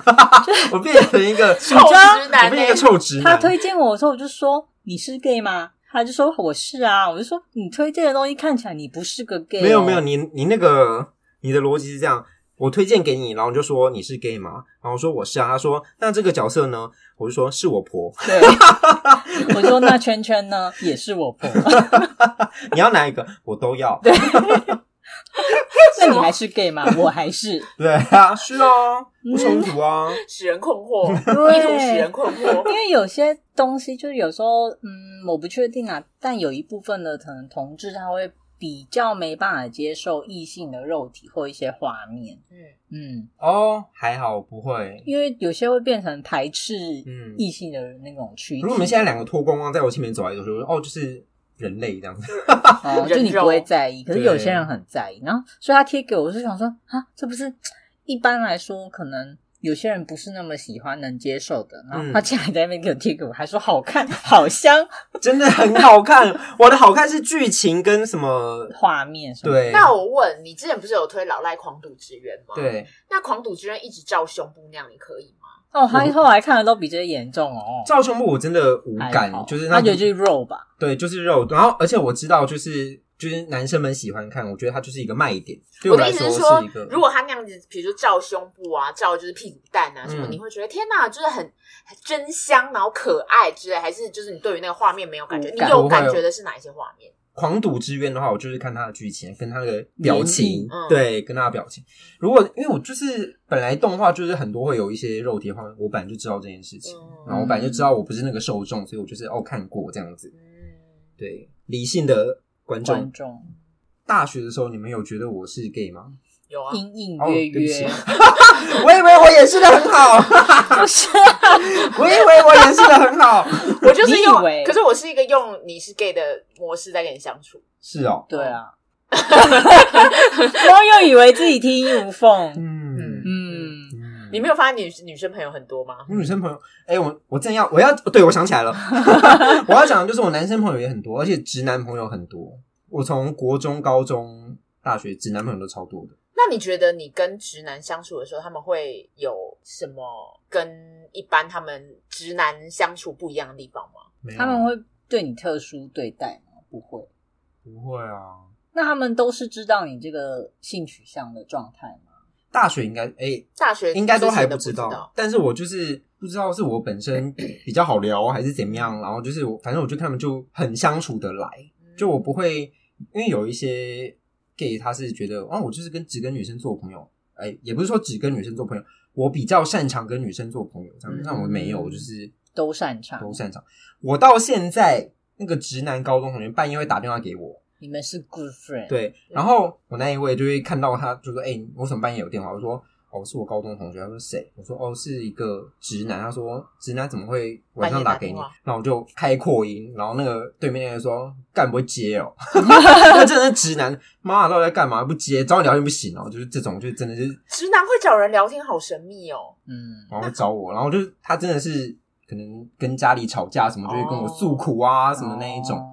Speaker 1: 我变成一个臭，
Speaker 3: 臭
Speaker 2: 道
Speaker 3: 直
Speaker 1: 我
Speaker 3: 男欸
Speaker 1: 变一个
Speaker 3: 呢？
Speaker 1: 臭直
Speaker 2: 欸他
Speaker 1: 男。
Speaker 2: 推荐我的时候，我就说你是 gay 吗？他就说我是啊，我就说你推荐的东西看起来你不是个 gay，哦、
Speaker 1: 没有没有，你你那个你的逻辑是这样，我推荐给你，然后你就说你是 gay 吗？然后我说我是啊，他说那这个角色呢，我就说是我婆，
Speaker 2: 对，我说那圈圈呢也是 我婆，
Speaker 1: 你要哪一个我都要，
Speaker 2: 对，那你还是 gay 吗？我还是，
Speaker 1: 对啊，是啊，
Speaker 2: 嗯
Speaker 1: 不冲突啊，
Speaker 3: 使人困惑，
Speaker 2: 对
Speaker 3: 意图使人困惑。
Speaker 2: 因为有些东西就是有时候，嗯，我不确定啊，但有一部分的可能同志他会比较没办法接受异性的肉体或一些画面，
Speaker 3: 嗯，
Speaker 2: 嗯，
Speaker 1: 哦，还好不会。
Speaker 2: 因为有些会变成排斥
Speaker 1: 嗯
Speaker 2: 异性的那种趋势。
Speaker 1: 如果我们现在两个脱光光在我前面走来走去，我说哦，就是人类这样子，
Speaker 2: 哦，就你不会在意，可是
Speaker 1: 对
Speaker 2: 有些人很在意。然后，所以他贴给我，我是想说啊，这不是一般来说可能。有些人不是那么喜欢能接受的，然后他竟然在那边给我贴给我，还说好看、好香，
Speaker 1: 真的很好看。我的好看是剧情跟什么？
Speaker 2: 画面什么的。
Speaker 1: 对，
Speaker 3: 那我问你，之前不是有推老赖狂赌之渊吗？，
Speaker 1: 对
Speaker 3: 那狂赌之渊一直照胸部那样，你可以吗？
Speaker 2: 哦，他后来看的都比这严重哦。
Speaker 1: 照胸部我真的无
Speaker 2: 还
Speaker 1: 感
Speaker 2: 好，
Speaker 1: 就是
Speaker 2: 他
Speaker 1: 那
Speaker 2: 觉得就是肉吧，
Speaker 1: 对，就是肉。然后而且我知道，就是就是男生们喜欢看，我觉得它就是一个卖点。对
Speaker 3: 我的
Speaker 1: 来
Speaker 3: 意思
Speaker 1: 说
Speaker 3: 是说
Speaker 1: 是一个，，
Speaker 3: 如果他那样子，比如说照胸部啊，照就是屁股蛋啊什么，
Speaker 1: 嗯
Speaker 3: 你会觉得天哪，就是很很真香，然后可爱之类，还是就是你对于那个画面没有感觉？
Speaker 2: 无
Speaker 3: 你
Speaker 2: 感
Speaker 3: 有感觉的是哪一些画
Speaker 2: 嗯
Speaker 3: 面？
Speaker 1: 狂赌之渊的话，我就是看他的剧情跟他的表
Speaker 2: 演
Speaker 1: 情
Speaker 2: 绎，
Speaker 3: 嗯
Speaker 1: 对，跟他的表情。如果因为我就是本来动画就是很多会有一些肉体画面，我本来就知道这件事情，
Speaker 3: 嗯
Speaker 1: 然后我本来就知道我不是那个受众，所以我就是哦看过这样子。
Speaker 3: 嗯，
Speaker 1: 对，理性的观众
Speaker 2: 观。众
Speaker 1: 大学的时候，你们有觉得我是 gay 吗？
Speaker 3: 有啊，
Speaker 2: 隐隐
Speaker 1: 哦，
Speaker 2: 约
Speaker 1: 对不
Speaker 2: 约
Speaker 1: 起，，我以为我掩饰的很好，
Speaker 2: 就是
Speaker 1: 我以为我掩饰的很好，
Speaker 3: 我就是用
Speaker 2: 你以为，
Speaker 3: 可是我是一个用你是 gay 的模式在跟你相处。
Speaker 1: 是哦，
Speaker 2: 对啊。然后又以为自己天衣无缝，
Speaker 1: 嗯
Speaker 2: 嗯，
Speaker 1: 嗯
Speaker 3: 你没有发现女女生朋友很多吗？
Speaker 1: 我女生朋友，哎、我我正要我要对我想起来了， 我要讲的就是我男生朋友也很多，而且直男朋友很多。我从国中、高中、大学，直男朋友都超多的。
Speaker 3: 那你觉得你跟直男相处的时候，他们会有什么跟一般他们直男相处不一样的地方吗？
Speaker 1: 没有啊
Speaker 2: 他们会对你特殊对待吗？不会。
Speaker 1: 不会啊？
Speaker 2: 那他们都是知道你这个性取向的状态吗？
Speaker 1: 大学应该哎、
Speaker 3: 大学
Speaker 1: 应该都还
Speaker 3: 不
Speaker 1: 知
Speaker 3: 道，
Speaker 1: 但是我就是不知道是我本身比较好聊还是怎么样，然后就是我反正我就跟他们就很相处得来，就我不会，因为有一些 gay 他是觉得，哦，我就是跟只跟女生做朋友，哎、也不是说只跟女生做朋友，我比较擅长跟女生做朋友，这样，
Speaker 3: 嗯
Speaker 1: 但我没有，我就是
Speaker 2: 都擅长
Speaker 1: 都擅长。我到现在那个直男高中同学半夜会打电话给我，
Speaker 2: 你们是 good friend，，
Speaker 1: 对，然后我那一位就会看到他，就说：“哎、你为什么半夜有电话？”我说：“哦，是我高中同学。”他说：“谁？”我说：“哦，是一个直男。”他说：“直男怎么会晚上打给
Speaker 3: 半夜打
Speaker 1: 你
Speaker 3: 电话？”
Speaker 1: 然后我就开扩音，然后那个对面那个说：“干不会接 哦，那真的是直男，妈到底在干嘛？不接，找你聊天不行哦，就是这种，就真的是
Speaker 3: 直男会找人聊天，好神秘哦。
Speaker 2: 嗯，
Speaker 1: 然后找我，然后就是他真的是可能跟家里吵架什么，就会跟我诉苦啊、什么那一种。”
Speaker 2: 哦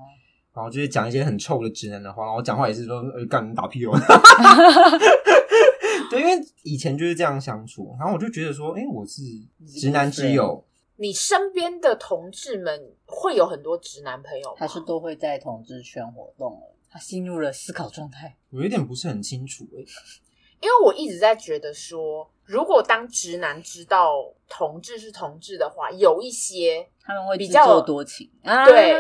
Speaker 1: 然后就是讲一些很臭的直男的话，然后讲话也是说，呃，干你打屁哦。对，因为以前就是这样相处，然后我就觉得说，哎、我是直男之友，
Speaker 3: 你身边的同志们会有很多直男朋友吗？
Speaker 2: 还是都会在同志圈活动了。他进入了思考状态，
Speaker 1: 我有点不是很清楚、哎诶
Speaker 3: 因为我一直在觉得说，如果当直男知道同志是同志的话，有一 些
Speaker 2: 他们会
Speaker 3: 比
Speaker 2: 自
Speaker 3: 较
Speaker 2: 作多情啊。
Speaker 3: 对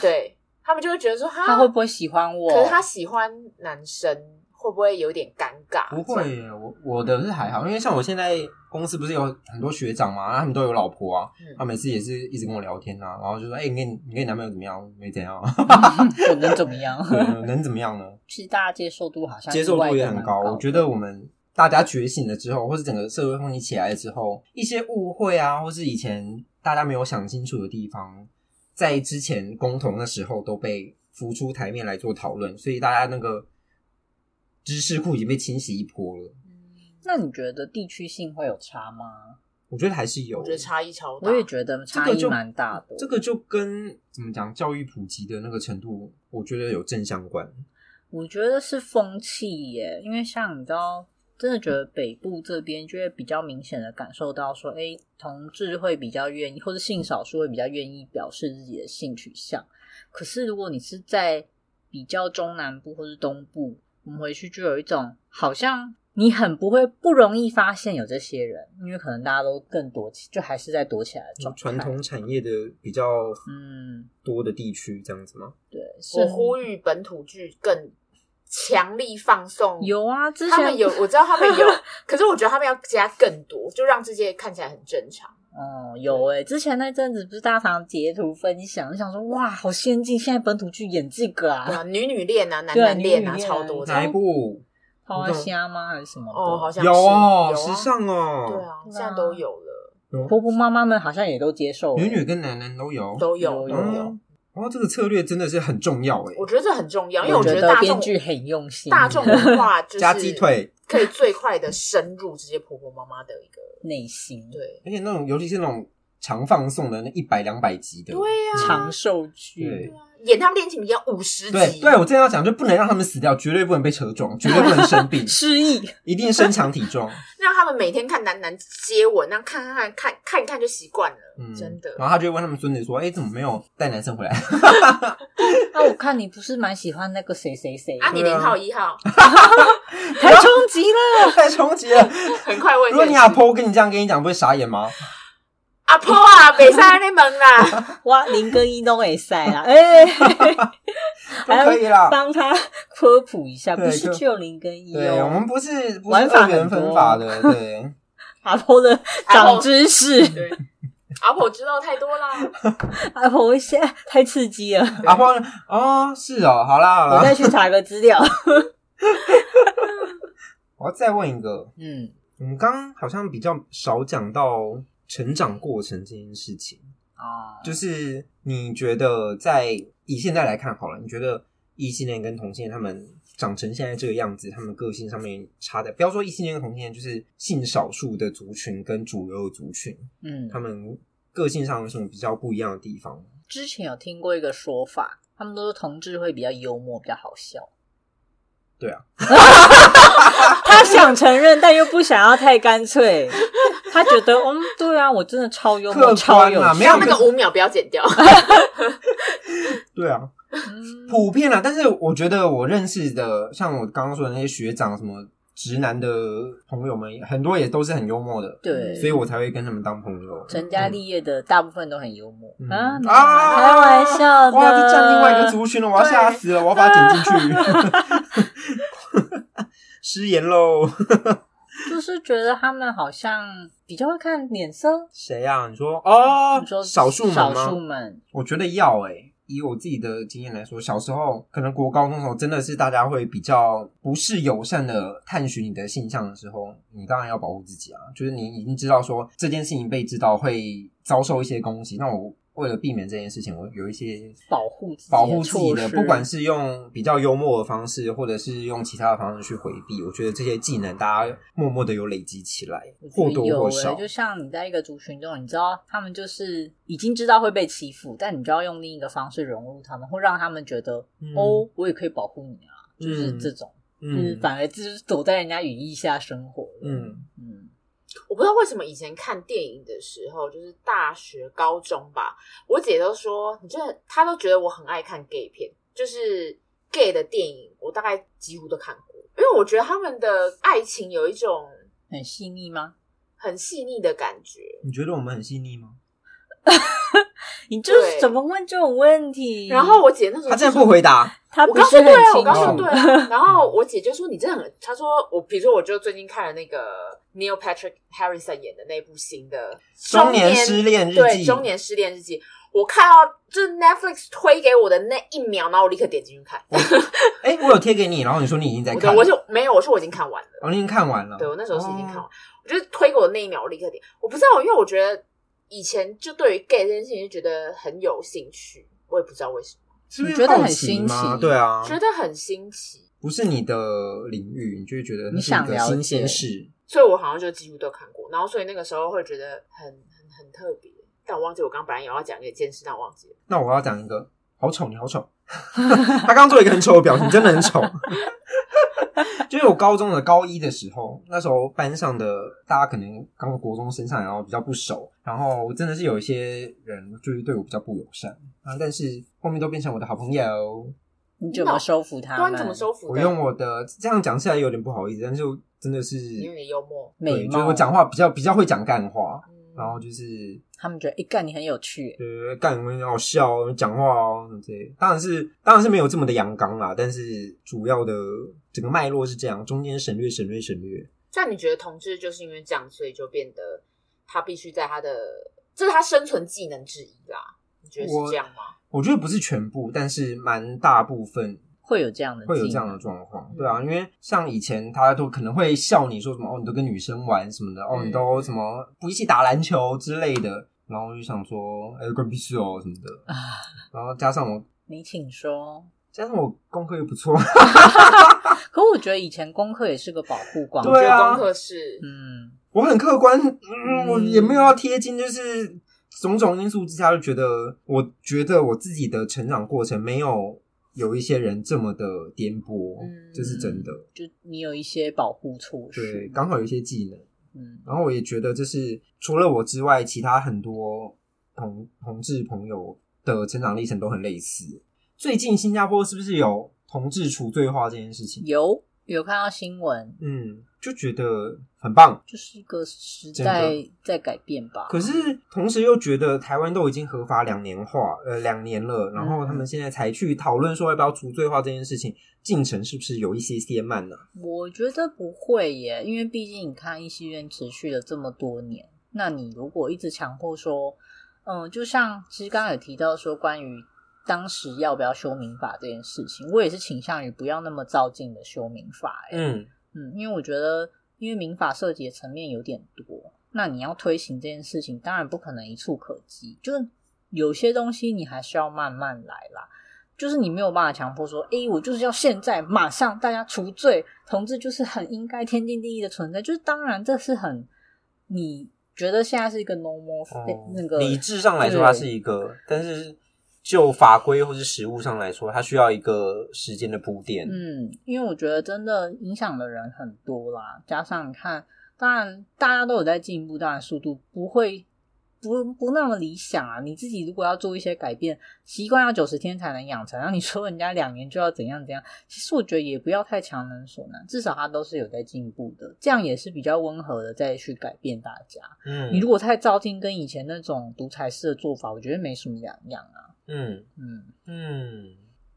Speaker 3: 对他们就会觉得说，哈
Speaker 2: 他会不会喜欢我？
Speaker 3: 可是他喜欢男生，会不会有点尴尬？
Speaker 1: 不会耶，我我的是还好，因为像我现在公司不是有很多学长嘛，他们都有老婆啊，
Speaker 3: 嗯
Speaker 1: 他每次也是一直跟我聊天啊，然后就说，哎、你跟你你跟你男朋友怎么样？没怎样啊，
Speaker 2: 我能怎么样？
Speaker 1: 对能怎么样呢？
Speaker 2: 其实大家接受度好像
Speaker 1: 接受度
Speaker 2: 意
Speaker 1: 也
Speaker 2: 外地
Speaker 1: 很
Speaker 2: 蛮
Speaker 1: 高。
Speaker 2: 高的，
Speaker 1: 我觉得我们大家觉醒了之后，或是整个社会风气起来了之后，一些误会啊，或是以前大家没有想清楚的地方，在之前公投的时候都被浮出台面来做讨论，所以大家那个知识库已经被清洗一波了。嗯
Speaker 2: 那你觉得地区性会有差吗？
Speaker 1: 我觉得还是有，
Speaker 3: 我觉得差异超大。
Speaker 2: 我也觉得
Speaker 1: 这
Speaker 2: 差
Speaker 1: 个
Speaker 2: 异
Speaker 1: 就
Speaker 2: 蛮大的。
Speaker 1: 这个就跟怎么讲教育普及的那个程度，我觉得有正相关。
Speaker 2: 我觉得是风气耶，因为像你知道，真的觉得北部这边就会比较明显的感受到说，哎，同志会比较愿意，或者性少数会比较愿意表示自己的性取向。可是如果你是在比较中南部或是东部，我们回去就有一种好像你很不会不容易发现有这些人，因为可能大家都更躲起，就还是在躲起来的状
Speaker 1: 嗯
Speaker 2: 态。
Speaker 1: 传统产业的比较
Speaker 2: 嗯，
Speaker 1: 多的地区，这样子吗？
Speaker 2: 对，是
Speaker 3: 我呼吁本土剧更强力放送。
Speaker 2: 有啊，之前
Speaker 3: 他 们有，我知道他们有，可是我觉得他们要加更多，就让这些看起来很正常。
Speaker 2: 哦，有诶、之前那阵子不是大堂截图分享，就想说哇，好先进，现在本土剧演这个
Speaker 3: 对啊，
Speaker 2: 啊，
Speaker 3: 女女恋啊，男
Speaker 2: 对啊
Speaker 3: 男恋啊，
Speaker 2: 女女恋啊
Speaker 3: 超多的。
Speaker 1: 哪一部？
Speaker 2: 花虾吗还是什么的？
Speaker 3: 哦，好像是
Speaker 1: 有哦，
Speaker 3: 有啊
Speaker 1: 时尚哦，
Speaker 3: 对啊，现在都有了，
Speaker 2: 婆婆妈妈们好像也都接受了
Speaker 1: 女女跟男男都哦有，
Speaker 3: 都有
Speaker 2: 有
Speaker 3: 都
Speaker 2: 有
Speaker 3: 有
Speaker 1: 嗯。。然后这个策略真的是很重要哎，
Speaker 3: 我觉得这很重要，因为
Speaker 2: 我
Speaker 3: 我觉得
Speaker 2: 得
Speaker 3: 大
Speaker 2: 编
Speaker 3: 众
Speaker 2: 剧很用 心，
Speaker 3: 大众文化就是
Speaker 1: 加鸡腿，
Speaker 3: 可以最快的深入这些婆婆妈妈的一个
Speaker 2: 内心，
Speaker 3: 对
Speaker 1: 而且那种尤其是那种常放送的那一百两百集的，
Speaker 3: 对啊呀、
Speaker 2: 长寿剧，
Speaker 1: 对。
Speaker 3: 演他们恋情一样五十
Speaker 1: 对
Speaker 3: 集，
Speaker 1: 对，我正要讲，就不能让他们死掉，绝对不能被车撞，绝对不 能生病
Speaker 2: 失忆，
Speaker 1: 一定身强体壮。
Speaker 3: 让他们每天看男男接吻，那样看看看看看一看就习惯了，
Speaker 1: 嗯，
Speaker 3: 真的。
Speaker 1: 然后他就会问他们孙子说：“哎，怎么没有带男生回来
Speaker 2: 那啊我看你不是蛮喜欢那个谁谁谁，
Speaker 3: 啊，你
Speaker 1: 对啊
Speaker 3: 零号一号，
Speaker 2: 太冲击了。？”
Speaker 1: 太冲 击了！
Speaker 3: 很快问
Speaker 1: 如果
Speaker 3: 这件
Speaker 1: 你
Speaker 3: 事。
Speaker 1: 阿婆跟你这样跟你讲，不会傻 眼吗？
Speaker 3: 阿婆啊，北山那啊门 啦，
Speaker 2: 哇，林跟一都会塞啦， 哎、
Speaker 3: 哎
Speaker 1: 都可
Speaker 3: 啊
Speaker 1: 以啦。
Speaker 2: 帮他科普一下，
Speaker 1: 对
Speaker 2: 不是
Speaker 1: 就
Speaker 2: 只有林跟一
Speaker 1: 对，我
Speaker 2: 哦，
Speaker 1: 们不是不是
Speaker 2: 玩法
Speaker 1: 二元
Speaker 2: 很多
Speaker 1: 分法的，对。
Speaker 2: 阿婆的长知识，
Speaker 3: 对，阿婆知道太多啦。
Speaker 2: 阿婆现在太刺激了，
Speaker 1: 阿婆啊哦，是哦，好啦好
Speaker 2: 我
Speaker 1: 啦，
Speaker 2: 再去查个 资料。
Speaker 1: 我要再问一个，
Speaker 2: 嗯，
Speaker 1: 我们刚刚好像比较少讲到成长过程这件事情，
Speaker 2: 哦，
Speaker 1: 就是你觉得在以现在来看好了，你觉得异性恋跟同性恋他们长成现在这个样子，他们个性上面差的，不要说异性恋跟同性恋，就是性少数的族群跟主流的族群，
Speaker 2: 嗯
Speaker 1: 他，们个性上有什么比较不一样的地方吗？
Speaker 2: 之前有听过一个说法，他们都说同志会比较幽默，比较好笑。
Speaker 1: 对啊，
Speaker 2: 他想承认，但又不想要太干脆。他觉得，嗯，对啊，我真的超幽
Speaker 1: 客观
Speaker 2: 默，
Speaker 1: 啊
Speaker 2: 超有 趣
Speaker 1: 没有
Speaker 3: 让那个五秒不要剪掉。
Speaker 1: 对啊，
Speaker 2: 嗯
Speaker 1: 普遍啦，但是我觉得我认识的，像我刚刚说的那些学长，什么直男的朋友们，很多也都是很幽默的，
Speaker 2: 对
Speaker 1: 所以嗯我才会跟他们当朋友。
Speaker 2: 成家立业的大部分都很幽默、
Speaker 1: 嗯
Speaker 2: 啊，
Speaker 1: 嗯
Speaker 2: 啊，开玩笑的，
Speaker 1: 哇，这占另外一个族群了，我要吓死了，我要把它剪进 去， 失言喽。
Speaker 2: 就是觉得他们好像比较会看脸色。
Speaker 1: 谁呀、啊？你说哦，
Speaker 2: 你说
Speaker 1: 少数们
Speaker 2: 少数
Speaker 1: 吗？
Speaker 2: 们，
Speaker 1: 我觉得要诶、以我自己的经验来说，小时候可能国高中的时候，真的是大家会比较不是友善的探寻你的性向的时候，你当然要保护自己啊。就是你已经知道说这件事情被知道会遭受一些攻击，那我为了避免这件事情，我有一些
Speaker 2: 保护自己的
Speaker 1: 保护自己
Speaker 2: 措
Speaker 1: 的，
Speaker 2: 施
Speaker 1: 不管是用比较幽默的方式，或者是用其他的方式去回避，我觉得这些技能大家默默的有累积起来，或多
Speaker 2: 有
Speaker 1: 或
Speaker 2: 欸
Speaker 1: 少。
Speaker 2: 就像你在一个族群中，你知道他们就是已经知道会被欺负，但你就要用另一个方式融入他们，或让他们觉得、
Speaker 1: 嗯
Speaker 2: 哦，我也可以保护你啊，就是
Speaker 1: 嗯
Speaker 2: 这种，就是
Speaker 1: 嗯
Speaker 2: 反而就是躲在人家羽翼下生活了。
Speaker 1: 嗯
Speaker 2: 嗯，
Speaker 3: 我不知道为什么以前看电影的时候，就是大学、高中吧，我姐都说，你真的，她都觉得我很爱看 gay 片，就是 gay 的电影，我大概几乎都看过，因为我觉得他们的爱情有一种
Speaker 2: 很细腻吗？
Speaker 3: 很细腻的感觉。
Speaker 1: 你觉得我们很细腻吗？
Speaker 2: 你就是
Speaker 3: 对
Speaker 2: 怎么问这种问题？
Speaker 3: 然后我姐那时候
Speaker 1: 他
Speaker 3: 就
Speaker 1: 真的
Speaker 3: 说
Speaker 1: 不回答。
Speaker 2: 他
Speaker 3: 我
Speaker 2: 不
Speaker 3: 刚
Speaker 2: 是
Speaker 3: 说
Speaker 2: 很
Speaker 3: 对啊，我
Speaker 2: 清
Speaker 3: 刚说
Speaker 2: 楚
Speaker 1: 嗯
Speaker 3: 对 啊。然后我姐就说你真的很，她说我，比如说我就最近看了那个 Neil Patrick Harrison 演的那部新的《
Speaker 1: 中
Speaker 3: 年
Speaker 1: 年失恋日记
Speaker 3: 对，《中年失恋日记》，我看到就是 Netflix 推给我的那一秒，然后我立刻点进去看。
Speaker 1: 哎、我有贴给你，然后你说你已经在
Speaker 3: 我
Speaker 1: 看
Speaker 3: 的
Speaker 1: 了，
Speaker 3: 我就没有，我说我已经看完了。
Speaker 1: 哦，你已经看完了。
Speaker 3: 对我那时候是已经看完，
Speaker 1: 哦
Speaker 3: 我就是推给我的那一秒，我立刻点。我不知道，因为我觉得以前就对于 gay 这件事情就觉得很有兴趣，我也不知道为什么，
Speaker 1: 是不是
Speaker 2: 你觉得很
Speaker 1: 好奇
Speaker 2: 新奇
Speaker 1: 吗？对啊，
Speaker 3: 觉得很新奇，
Speaker 1: 不是你的领域，你就会觉得它
Speaker 2: 你
Speaker 1: 是一
Speaker 2: 想
Speaker 1: 个
Speaker 2: 了解
Speaker 1: 新鲜事。
Speaker 3: 所以我好像就几乎都看过。然后所以那个时候会觉得很很很特别，但我忘记我刚本来也要讲一件事，但我忘记了。
Speaker 1: 那我要讲一个，好丑，你好丑。 他刚刚做一个很丑的表情，真的很丑。 就是我高中的高一的时候，那时候班上的大家可能刚国中升上来，然后比较不熟，然后真的是有一些人就是对我比较不友善啊，但是后面都变成我的好朋友。
Speaker 2: 你怎么收服他
Speaker 3: 对啊，
Speaker 2: 们？
Speaker 3: 你怎么收服的？
Speaker 1: 我用我的这样讲起来有点不好意思，但是我真的是
Speaker 3: 你用你的幽默，
Speaker 2: 美
Speaker 1: 对，就
Speaker 2: 貌？
Speaker 1: 是我讲话比较比较会讲干话，
Speaker 3: 嗯
Speaker 1: 然后就是
Speaker 2: 他们觉得，哎、干你很有趣，
Speaker 1: 呃，干很好笑哦，讲话哦，什么之类的。当然是，当然是没有这么的阳刚啦，但是主要的整个脉络是这样，中间省略、省略、省略。
Speaker 3: 但你觉得同志就是因为这样，所以就变得他必须在他的这是他生存技能之一啦？你觉得是
Speaker 1: 我
Speaker 3: 这样吗？
Speaker 1: 我觉得不是全部，但是蛮大部分
Speaker 2: 会有这样的
Speaker 1: 会有这
Speaker 2: 技
Speaker 1: 样
Speaker 2: 能嗯
Speaker 1: 的状况。对啊，因为像以前大家都可能会笑你说什么哦，你都跟女生玩什么的，哦，
Speaker 3: 嗯
Speaker 1: 你都什么不一起打篮球之类的。然后我就想说，哎、关屁事哦什么的。
Speaker 2: 啊。
Speaker 1: 然后加上我，
Speaker 2: 你请说。
Speaker 1: 加上我功课又不错，
Speaker 2: 可我觉得以前功课也是个保护光，
Speaker 1: 对啊
Speaker 3: 我觉得功课是
Speaker 2: 嗯，
Speaker 1: 我很客观，嗯，我也没有要贴近，就是种种因素之下，就觉得我觉得我自己的成长过程没有有一些人这么的颠簸，
Speaker 3: 嗯
Speaker 1: 这是真的。
Speaker 2: 就你有一些保护措
Speaker 1: 对，
Speaker 2: 施，
Speaker 1: 刚好有一些技能，
Speaker 2: 嗯，
Speaker 1: 然后我也觉得这是除了我之外，其他很多同同志朋友的成长历程都很类似。最近新加坡是不是有同志除罪化这件事情？
Speaker 2: 有有看到新闻，
Speaker 1: 嗯，就觉得很棒。
Speaker 2: 就是一个时
Speaker 1: 真
Speaker 2: 代在改变吧。
Speaker 1: 可是同时又觉得台湾都已经合法两年化，呃，两年了，然后他们现在才去讨论说要不要除罪化这件事情，进程是不是有一些些慢啊呢、
Speaker 2: 我觉得不会耶，因为毕竟你看医戏院持续了这么多年，那你如果一直强迫说，嗯，就像其实刚刚有提到说关于当时要不要修民法这件事情，我也是倾向于不要那么照进的修民法，哎，
Speaker 1: 嗯，
Speaker 2: 嗯，因为我觉得因为民法涉及的层面有点多，那你要推行这件事情，当然不可能一触可及，就是有些东西你还是要慢慢来啦。就是你没有办法强迫说，诶，我就是要现在马上大家除罪，同志就是很应该天经地义的存在。就是当然这是很，你觉得现在是一个 normal、
Speaker 1: 哦
Speaker 2: 那个
Speaker 1: 理智上来说它是一个，但是就法规或是实务上来说，它需要一个时间的铺垫。
Speaker 2: 嗯，因为我觉得真的影响的人很多啦，加上你看，当然大家都有在进步，当然速度不会不不那么理想啊。你自己如果要做一些改变，习惯要九十天才能养成，然后你说人家两年就要怎样怎样，其实我觉得也不要太强人所难，至少他都是有在进步的，这样也是比较温和的再去改变大家。
Speaker 1: 嗯，
Speaker 2: 你如果太照进跟以前那种独裁式的做法，我觉得没什么两样啊。
Speaker 1: 嗯
Speaker 2: 嗯，
Speaker 1: 嗯，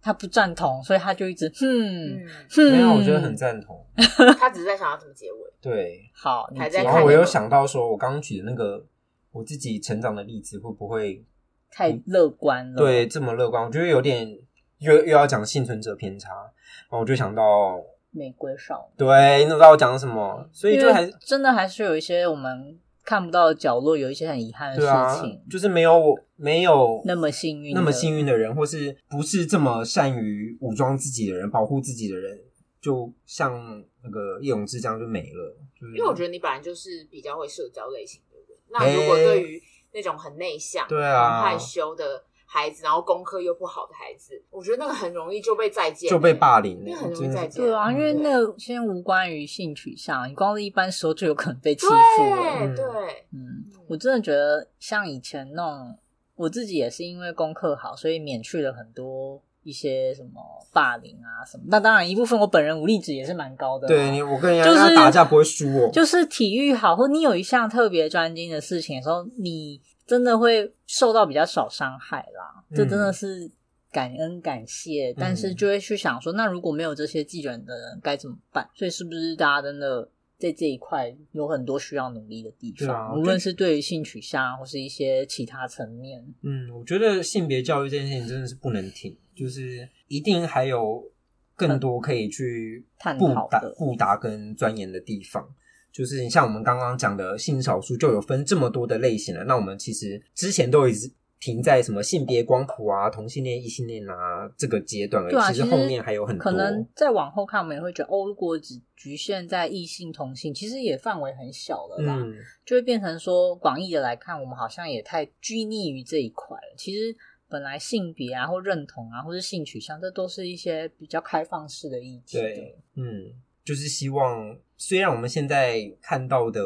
Speaker 2: 他不赞同，所以他就一直嗯。
Speaker 3: 嗯，
Speaker 2: 哼
Speaker 1: 没有，我觉得很赞同。
Speaker 3: 他只是在想要怎么结尾。
Speaker 1: 对，
Speaker 2: 好，你
Speaker 3: 还
Speaker 2: 接
Speaker 3: 在
Speaker 1: 然
Speaker 3: 看
Speaker 1: 后
Speaker 2: 着
Speaker 1: 我
Speaker 3: 有没
Speaker 1: 有
Speaker 3: 有
Speaker 1: 想到说，我刚刚举的那个我自己成长的例子，会不会
Speaker 2: 太乐观了。
Speaker 1: 对，这么乐观？我觉得有点又又要讲幸存者偏差，然后我就想到，
Speaker 2: 玫瑰少女，
Speaker 1: 对，你怎么知道我讲什么？所以
Speaker 2: 因
Speaker 1: 就
Speaker 2: 为
Speaker 1: 还
Speaker 2: 真的还是有一些我们看不到的角落，有一些很遗憾的
Speaker 1: 对啊
Speaker 2: 事情。，
Speaker 1: 就是没有我没有
Speaker 2: 那么幸运的，
Speaker 1: 那么幸运的人，或是不是这么善于武装自己的人、保护自己的人，就像那个叶永志这样就没了。就是、
Speaker 3: 因为我觉得
Speaker 1: 得，
Speaker 3: 你本来就是比较会社交类型的人。那如果对于那种很内向、
Speaker 1: 对啊
Speaker 3: 很害羞的孩子，然后功课又不好的孩子，我觉得那个很容易就被再见，
Speaker 1: 就被霸凌
Speaker 3: 因为
Speaker 1: 了，
Speaker 3: 很容易
Speaker 1: 真的
Speaker 3: 再见。
Speaker 2: 对啊，
Speaker 1: 嗯
Speaker 2: 因为那个先无关于性取向，你光是一般时候就有可能被欺负了。
Speaker 3: 对
Speaker 1: 嗯
Speaker 3: 对，
Speaker 2: 嗯，我真的觉得像以前那种，我自己也是因为功课好，所以免去了很多一些什么霸凌啊什么。那当然一部分我本人武力值也是蛮高的啦，
Speaker 1: 对你，我跟人家、
Speaker 2: 就是
Speaker 1: 跟他打架不会输哦，
Speaker 2: 就是体育好，或你有一项特别专精的事情的时候，你真的会受到比较少伤害啦。
Speaker 1: 嗯
Speaker 2: 这真的是感恩感谢，但是就会去想说，那如果没有这些技能的人该怎么办？所以是不是大家真的在这一块有很多需要努力的地
Speaker 1: 对
Speaker 2: 方？
Speaker 1: 啊
Speaker 2: 无论是对于性取向，或是一些其他层面，
Speaker 1: 嗯，我觉得性别教育这件事情真的是不能停，就是一定还有更多可以去
Speaker 2: 探
Speaker 1: 布
Speaker 2: 讨
Speaker 1: 达
Speaker 2: 的
Speaker 1: 布达跟钻研的地方。就是你像我们刚刚讲的性少数就有分这么多的类型了，那我们其实之前都一直停在什么性别光谱啊、同性恋、异性恋啊这个阶段而已，
Speaker 2: 对啊，
Speaker 1: 其
Speaker 2: 其
Speaker 1: 实后面还有很多。
Speaker 2: 可能再往后看，我们也会觉得哦，如果只局限在异性同性，其实也范围很小了啦。
Speaker 1: 嗯，
Speaker 2: 就会变成说，广义的来看，我们好像也太拘泥于这一块了。其实本来性别啊，或认同啊，或是性取向，这都是一些比较开放式的议题。
Speaker 1: 对，嗯，就是希望，虽然我们现在看到的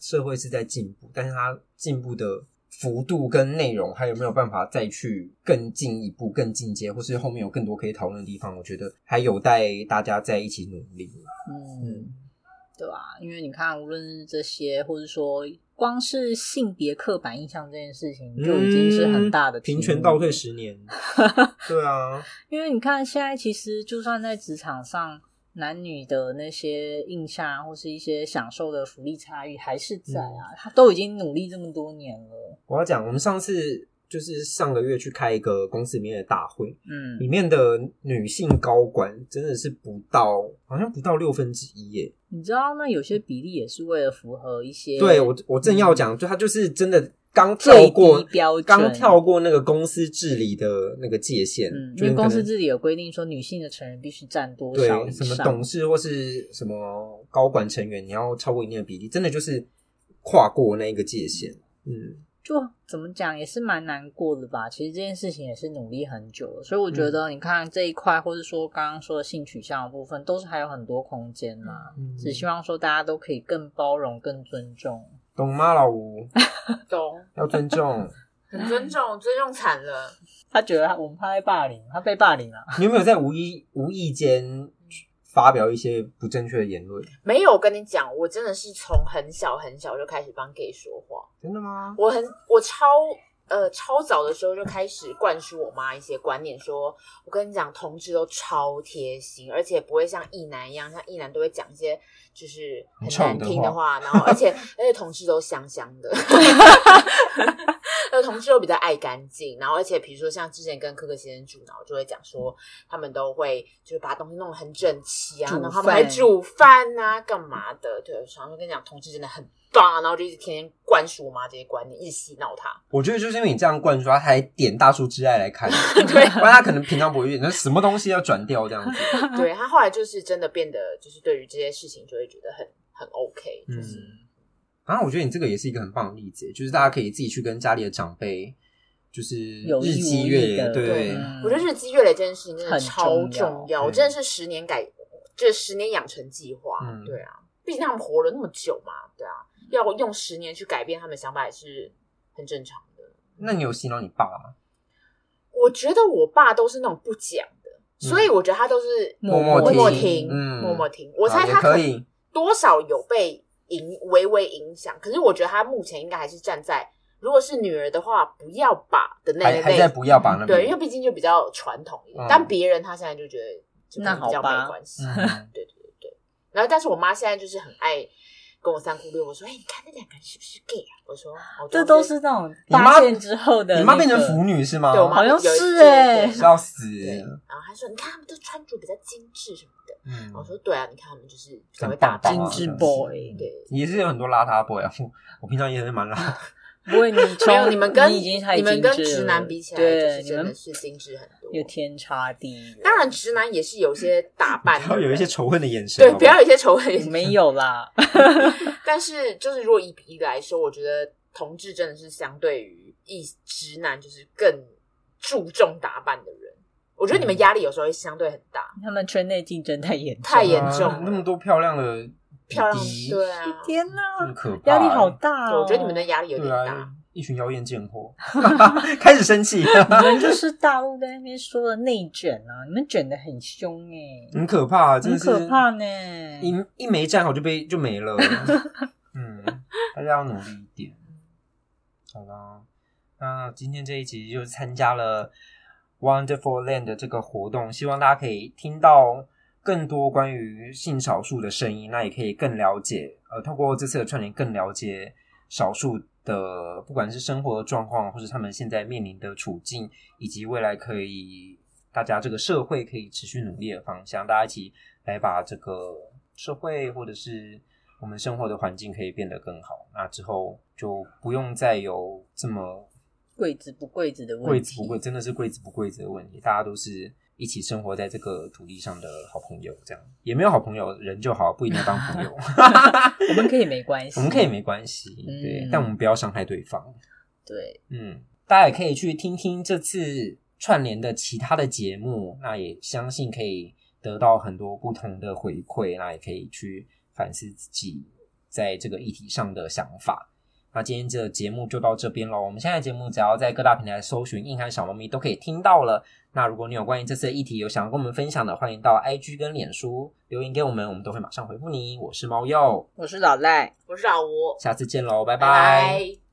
Speaker 1: 社会是在进步，但是它进步的幅度跟内容，还有没有办法再去更进一步、更进阶，或是后面有更多可以讨论的地方，我觉得还有待大家在一起努力。
Speaker 2: 嗯，对吧、因为你看，无论是这些，或是说光是性别刻板印象这件事情，就已经是很大的、
Speaker 1: 嗯平权倒退。十 年。对啊，
Speaker 2: 因为你看，现在其实就算在职场上，男女的那些印象啊，或是一些享受的福利差异还是在啊，
Speaker 1: 嗯
Speaker 2: 他都已经努力这么多年了。
Speaker 1: 我要讲，我们上次就是上个月去开一个公司里面的大会，
Speaker 2: 嗯，
Speaker 1: 里面的女性高管真的是不到，好像不到六分之一耶。
Speaker 2: 你知道那有些比例也是为了符合一些
Speaker 1: 对我，我正要讲，就他就是真的刚跳
Speaker 2: 嗯最低
Speaker 1: 过，
Speaker 2: 标准，
Speaker 1: 刚跳过那个公司治理的那个界限，
Speaker 2: 嗯，因
Speaker 1: 就是
Speaker 2: 为
Speaker 1: 可能
Speaker 2: 公司治理有规定说女性的成员必须占多
Speaker 1: 对
Speaker 2: 少以
Speaker 1: 什么
Speaker 2: 上，
Speaker 1: 董事或是什么高管成员，你要超过一定的比例，真的就是跨过那个界限。嗯，
Speaker 2: 就怎么讲也是蛮难过的吧。其实这件事情也是努力很久了，所以我
Speaker 3: 嗯
Speaker 2: 觉得你看这一块，或者说刚刚说的性取向的部分，都是还有很多空间啦。
Speaker 1: 嗯
Speaker 2: 只希望说大家都可以更包容、更尊重。
Speaker 1: 懂吗，老吴？
Speaker 3: 懂，
Speaker 1: 要尊 重。
Speaker 3: 很尊重，尊重惨了。
Speaker 2: 他觉得他我们怕被霸凌，他被霸凌了、啊
Speaker 1: 你有没有在无意无意间发表一些不正确的言论？
Speaker 3: 没有，我跟你讲，我真的是从很小很小就开始帮 gay 说话。
Speaker 1: 真的吗？
Speaker 3: 我很我超呃超早的时候就开始灌输我妈一些观念说，我跟你讲，同志都超贴心，而且不会像异男一样，像异男都会讲一些就是很难听的话，然后而 且而且同志都香香 的。呃，同志都比较爱干净，然后而且比如说像之前跟柯柯先生住，然后就会讲说他们都会就是把东西弄得很整齐啊，
Speaker 2: 煮
Speaker 3: 然后他们还
Speaker 2: 饭
Speaker 3: 煮饭啊，干嘛的？对，我常常跟你讲，同志真的很棒，啊然后就一直天天灌输我妈这些观念，一直洗脑 她。
Speaker 1: 我觉得就是因为你这样灌输，他还点《大叔之爱》来看，
Speaker 3: 对
Speaker 2: 啊
Speaker 1: 不然他可能平常不会遇，那什么东西要转掉这样子。
Speaker 3: 对她后来就是真的变得，就是对于这些事情就会觉得很很 OK，就是、
Speaker 1: 嗯，然后我觉得你这个也是一个很棒的例子，就是大家可以自己去跟家里的长辈，就是
Speaker 2: 有
Speaker 1: 日
Speaker 2: 意无
Speaker 1: 积
Speaker 2: 意
Speaker 1: 月累，
Speaker 2: 的
Speaker 1: 对
Speaker 3: 对
Speaker 2: 嗯
Speaker 3: 我觉得日积月累这件事情真的
Speaker 2: 很
Speaker 3: 超
Speaker 2: 重要
Speaker 3: 重要，我
Speaker 1: 嗯
Speaker 3: 真的是十年改，这十年养成计划，
Speaker 1: 嗯
Speaker 3: 对啊，毕竟他们活了那么久嘛，对啊，要用十年去改变他们的想法也是很正常的。
Speaker 1: 那你有洗脑你爸吗？
Speaker 3: 我觉得我爸都是那种不讲的，所以我觉得他都是
Speaker 2: 默
Speaker 1: 嗯默
Speaker 3: 默
Speaker 1: 听
Speaker 3: 听，
Speaker 1: 嗯
Speaker 3: 默默听。我
Speaker 1: 啊
Speaker 3: 猜
Speaker 1: 也
Speaker 3: 他
Speaker 1: 可以，
Speaker 3: 多少有被影微微影响，可是我觉得他目前应该还是站在，如果是女儿的话，不要把的那
Speaker 1: 还
Speaker 3: 一
Speaker 1: 还在
Speaker 3: 类，
Speaker 1: 不要把那边
Speaker 3: 对，因为毕竟就比较传统一点。
Speaker 1: 嗯
Speaker 3: 但别人他现在就觉得就可
Speaker 2: 那
Speaker 3: 能比较
Speaker 2: 好吧
Speaker 3: 没关系，
Speaker 1: 嗯
Speaker 3: 对对对对。然后，但是我妈现在就是很爱跟我三姑六婆说：“哎、你看那两个人是不是 gay 啊？”我说：“哦，
Speaker 2: 这都是那种
Speaker 1: 你妈
Speaker 2: 发现之后的、那
Speaker 1: 你妈变成腐女是哎吗？
Speaker 3: 对我妈
Speaker 2: 好像
Speaker 3: 有一
Speaker 2: 是
Speaker 3: 对
Speaker 2: 欸
Speaker 3: 对
Speaker 1: 笑死！
Speaker 2: 啊
Speaker 3: 对啊然后她说：“你看他们都穿着比较精致什么的。”
Speaker 1: 嗯
Speaker 3: 我说对啊，你看他们就是稍微
Speaker 1: 很
Speaker 3: 打
Speaker 1: 棒
Speaker 3: 扮
Speaker 1: 棒啊
Speaker 2: 精致
Speaker 1: 真的是
Speaker 2: boy
Speaker 3: 对，
Speaker 1: 嗯也是有很多邋遢 boy 啊，我我平常也是蛮邋遢的。
Speaker 2: 不过你
Speaker 3: 没
Speaker 2: 从
Speaker 3: 有你们跟
Speaker 2: 已经太
Speaker 3: 你们
Speaker 2: 精
Speaker 3: 跟
Speaker 2: 致
Speaker 3: 直
Speaker 2: 了
Speaker 3: 男比起来，
Speaker 2: 对，
Speaker 3: 就是
Speaker 2: 你
Speaker 3: 真的
Speaker 2: 们
Speaker 3: 是精致很多。
Speaker 2: 有天差地远。
Speaker 3: 当然，直男也是有些打 扮，
Speaker 1: 然后有一些仇恨的眼神，
Speaker 3: 对，
Speaker 1: 好啊
Speaker 3: 不
Speaker 1: 不好
Speaker 3: 要有一些仇恨。
Speaker 2: 我没有啦，
Speaker 3: 但是就是如果一比一来说，我觉得同志真的是相对于异直男就是更注重打扮的人。我觉得你
Speaker 2: 嗯
Speaker 3: 们压力有时候会相对很大，
Speaker 2: 他们圈内竞争太严重了，
Speaker 3: 太严重
Speaker 1: 啊
Speaker 3: 了
Speaker 1: 那么多漂亮的弟
Speaker 3: 漂亮
Speaker 1: 弟，
Speaker 3: 对啊，
Speaker 2: 天哪，
Speaker 1: 很可怕，
Speaker 2: 压力好大
Speaker 3: 对
Speaker 2: 哦！
Speaker 3: 我觉得你们的压力有点
Speaker 1: 对
Speaker 3: 大
Speaker 1: 啊。，一群妖艳贱货， 开始生气，
Speaker 2: 你们就是大陆在那边说的内卷啊，你们卷的很凶哎、
Speaker 1: 很可怕，真
Speaker 2: 很
Speaker 1: 的是
Speaker 2: 可怕呢。
Speaker 1: 一一没站好就被就没了。 嗯，大家要努力一点。好啦，那今天这一集就参加了 Wonderful Land 的这个活动，希望大家可以听到更多关于性少数的声音，那也可以更了解，呃，透过这次的串联更了解少数的不管是生活的状况，或是他们现在面临的处境，以及未来可以大家这个社会可以持续努力的方向，大家一起来把这个社会或者是我们生活的环境可以变得更好。那之后就不用再有这么
Speaker 2: 贵子不贵子的
Speaker 1: 贵
Speaker 2: 问
Speaker 1: 子
Speaker 2: 题，
Speaker 1: 不贵，真的是贵子不贵子的问题。大家都是一起生活在这个土地上的好朋友，这样也没有好朋友，人就好，不一定要当朋友。
Speaker 2: 我们可以没关系，
Speaker 1: 我们可以没关系，对，
Speaker 2: 嗯
Speaker 1: 但我们不要伤害对方。
Speaker 2: 对，
Speaker 1: 嗯，大家也可以去听听这次串联的其他的节目，那也相信可以得到很多不同的回馈，那也可以去反思自己在这个议题上的想法。那今天这个节目就到这边喽。我们现在节目只要在各大平台搜寻“硬汉小猫咪”都可以听到了。那如果你有关于这次的议题有想要跟我们分享的，欢迎到 IG 跟脸书留言给我们，我们都会马上回复你。我是猫鼬，
Speaker 2: 我是老赖。
Speaker 3: 我是老吴，
Speaker 1: 下次见喽，拜
Speaker 3: 拜拜。